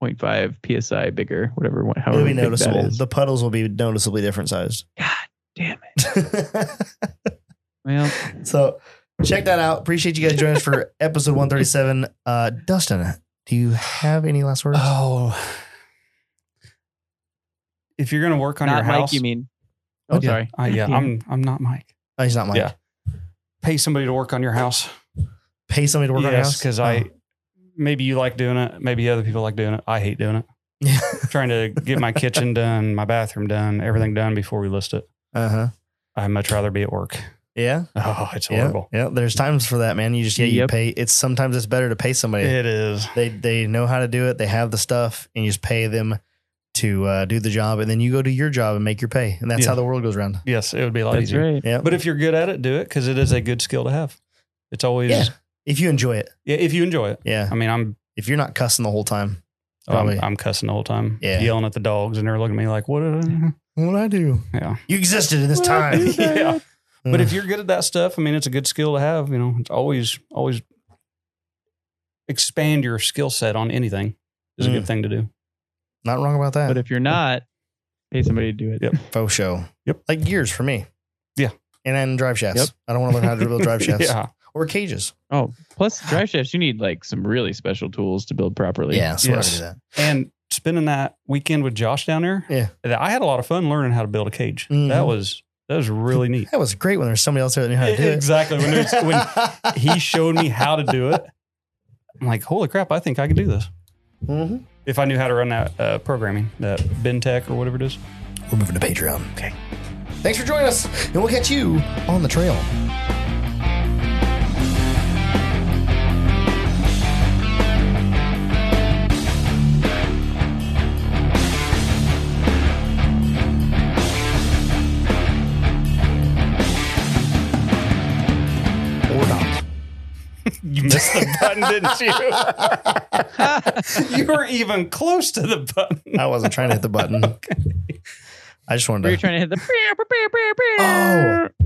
Speaker 2: 0.5 psi bigger, whatever. wha- However
Speaker 1: It'll be
Speaker 2: big that
Speaker 1: noticeable.
Speaker 2: is.
Speaker 1: The puddles will be noticeably different sized.
Speaker 2: God damn it!
Speaker 1: it.
Speaker 2: Well,
Speaker 1: so check that out. Appreciate you guys joining us for episode 137. Uh, Dustin, do you have any last words?
Speaker 3: Oh, if you're gonna work on
Speaker 2: not
Speaker 3: your
Speaker 2: Mike.
Speaker 3: house,
Speaker 2: You mean? Oh,
Speaker 1: Okay.
Speaker 2: sorry.
Speaker 3: Uh, yeah, I'm I'm not Mike.
Speaker 1: Oh, he's not mine.
Speaker 3: Yeah. Pay somebody to work on your house.
Speaker 1: Pay somebody to work on your house.
Speaker 3: because
Speaker 1: Oh.
Speaker 3: I maybe you like doing it. Maybe other people like doing it. I hate doing it.
Speaker 1: Yeah.
Speaker 3: Trying to get my kitchen done, my bathroom done, everything done before we list it.
Speaker 1: Uh huh.
Speaker 3: I'd much rather be at work.
Speaker 1: Yeah.
Speaker 3: Oh, it's
Speaker 1: Yeah.
Speaker 3: horrible.
Speaker 1: Yeah. There's times for that, man. You just, yeah, you
Speaker 2: Yep.
Speaker 1: pay. It's sometimes it's better to pay somebody.
Speaker 3: It is.
Speaker 1: they they know how to do it. They have the stuff, and you just pay them to uh, do the job, and then you go do your job and make your pay, and that's
Speaker 3: Yeah.
Speaker 1: how the world goes around.
Speaker 3: Yes, it would be a lot
Speaker 2: That's
Speaker 3: easier.
Speaker 2: right.
Speaker 1: Yeah,
Speaker 3: But if you're good at it, do it because it is a good skill to have. It's always
Speaker 1: Yeah.
Speaker 3: yeah.
Speaker 1: if you enjoy it,
Speaker 3: if you enjoy it.
Speaker 1: yeah.
Speaker 3: I mean, I'm
Speaker 1: If you're not cussing the whole time, Probably.
Speaker 3: I'm, I'm cussing the whole time,
Speaker 1: Oh, Yeah.
Speaker 3: yelling at the dogs, and they're looking at me like, "What?" did
Speaker 1: what I do,
Speaker 3: I-" Yeah.
Speaker 1: you existed in this time.
Speaker 3: yeah. But if you're good at that stuff, I mean, it's a good skill to have. You know, it's always always expand your skill set on anything is a
Speaker 1: Mm.
Speaker 3: good thing to do.
Speaker 1: not wrong about that,
Speaker 2: But if you're not, pay somebody to do it.
Speaker 3: Yep.
Speaker 1: faux show,
Speaker 3: Yep.
Speaker 1: like gears for me,
Speaker 3: Yeah.
Speaker 1: and then drive shafts.
Speaker 2: Yep.
Speaker 1: I don't want to learn how to build drive shafts
Speaker 3: yeah,
Speaker 1: or cages.
Speaker 2: Oh, plus drive shafts, you need like some really special tools to build properly.
Speaker 1: Yeah, so we're not
Speaker 3: Yes.
Speaker 1: gonna do
Speaker 3: and spending that weekend with Josh down there,
Speaker 1: Yeah.
Speaker 3: that- I had a lot of fun learning how to build a cage.
Speaker 1: Mhm.
Speaker 3: That was that was really neat. E,
Speaker 1: that. That was great when there's somebody else there that knew how to do it.
Speaker 3: exactly when there's, when he showed me how to do it, I'm like, holy crap! I think I can do this
Speaker 1: Mhm.
Speaker 3: if I knew how to run that uh, programming, that BenTech or whatever it is.
Speaker 1: We're moving to Patreon. Okay. Thanks for joining us, and we'll catch you on the trail. Or not.
Speaker 3: You missed the button, didn't you? you were even close to the button.
Speaker 1: I wasn't trying to hit the button. I just
Speaker 2: Were you
Speaker 1: wanted to.
Speaker 2: trying to hit the?
Speaker 1: Oh.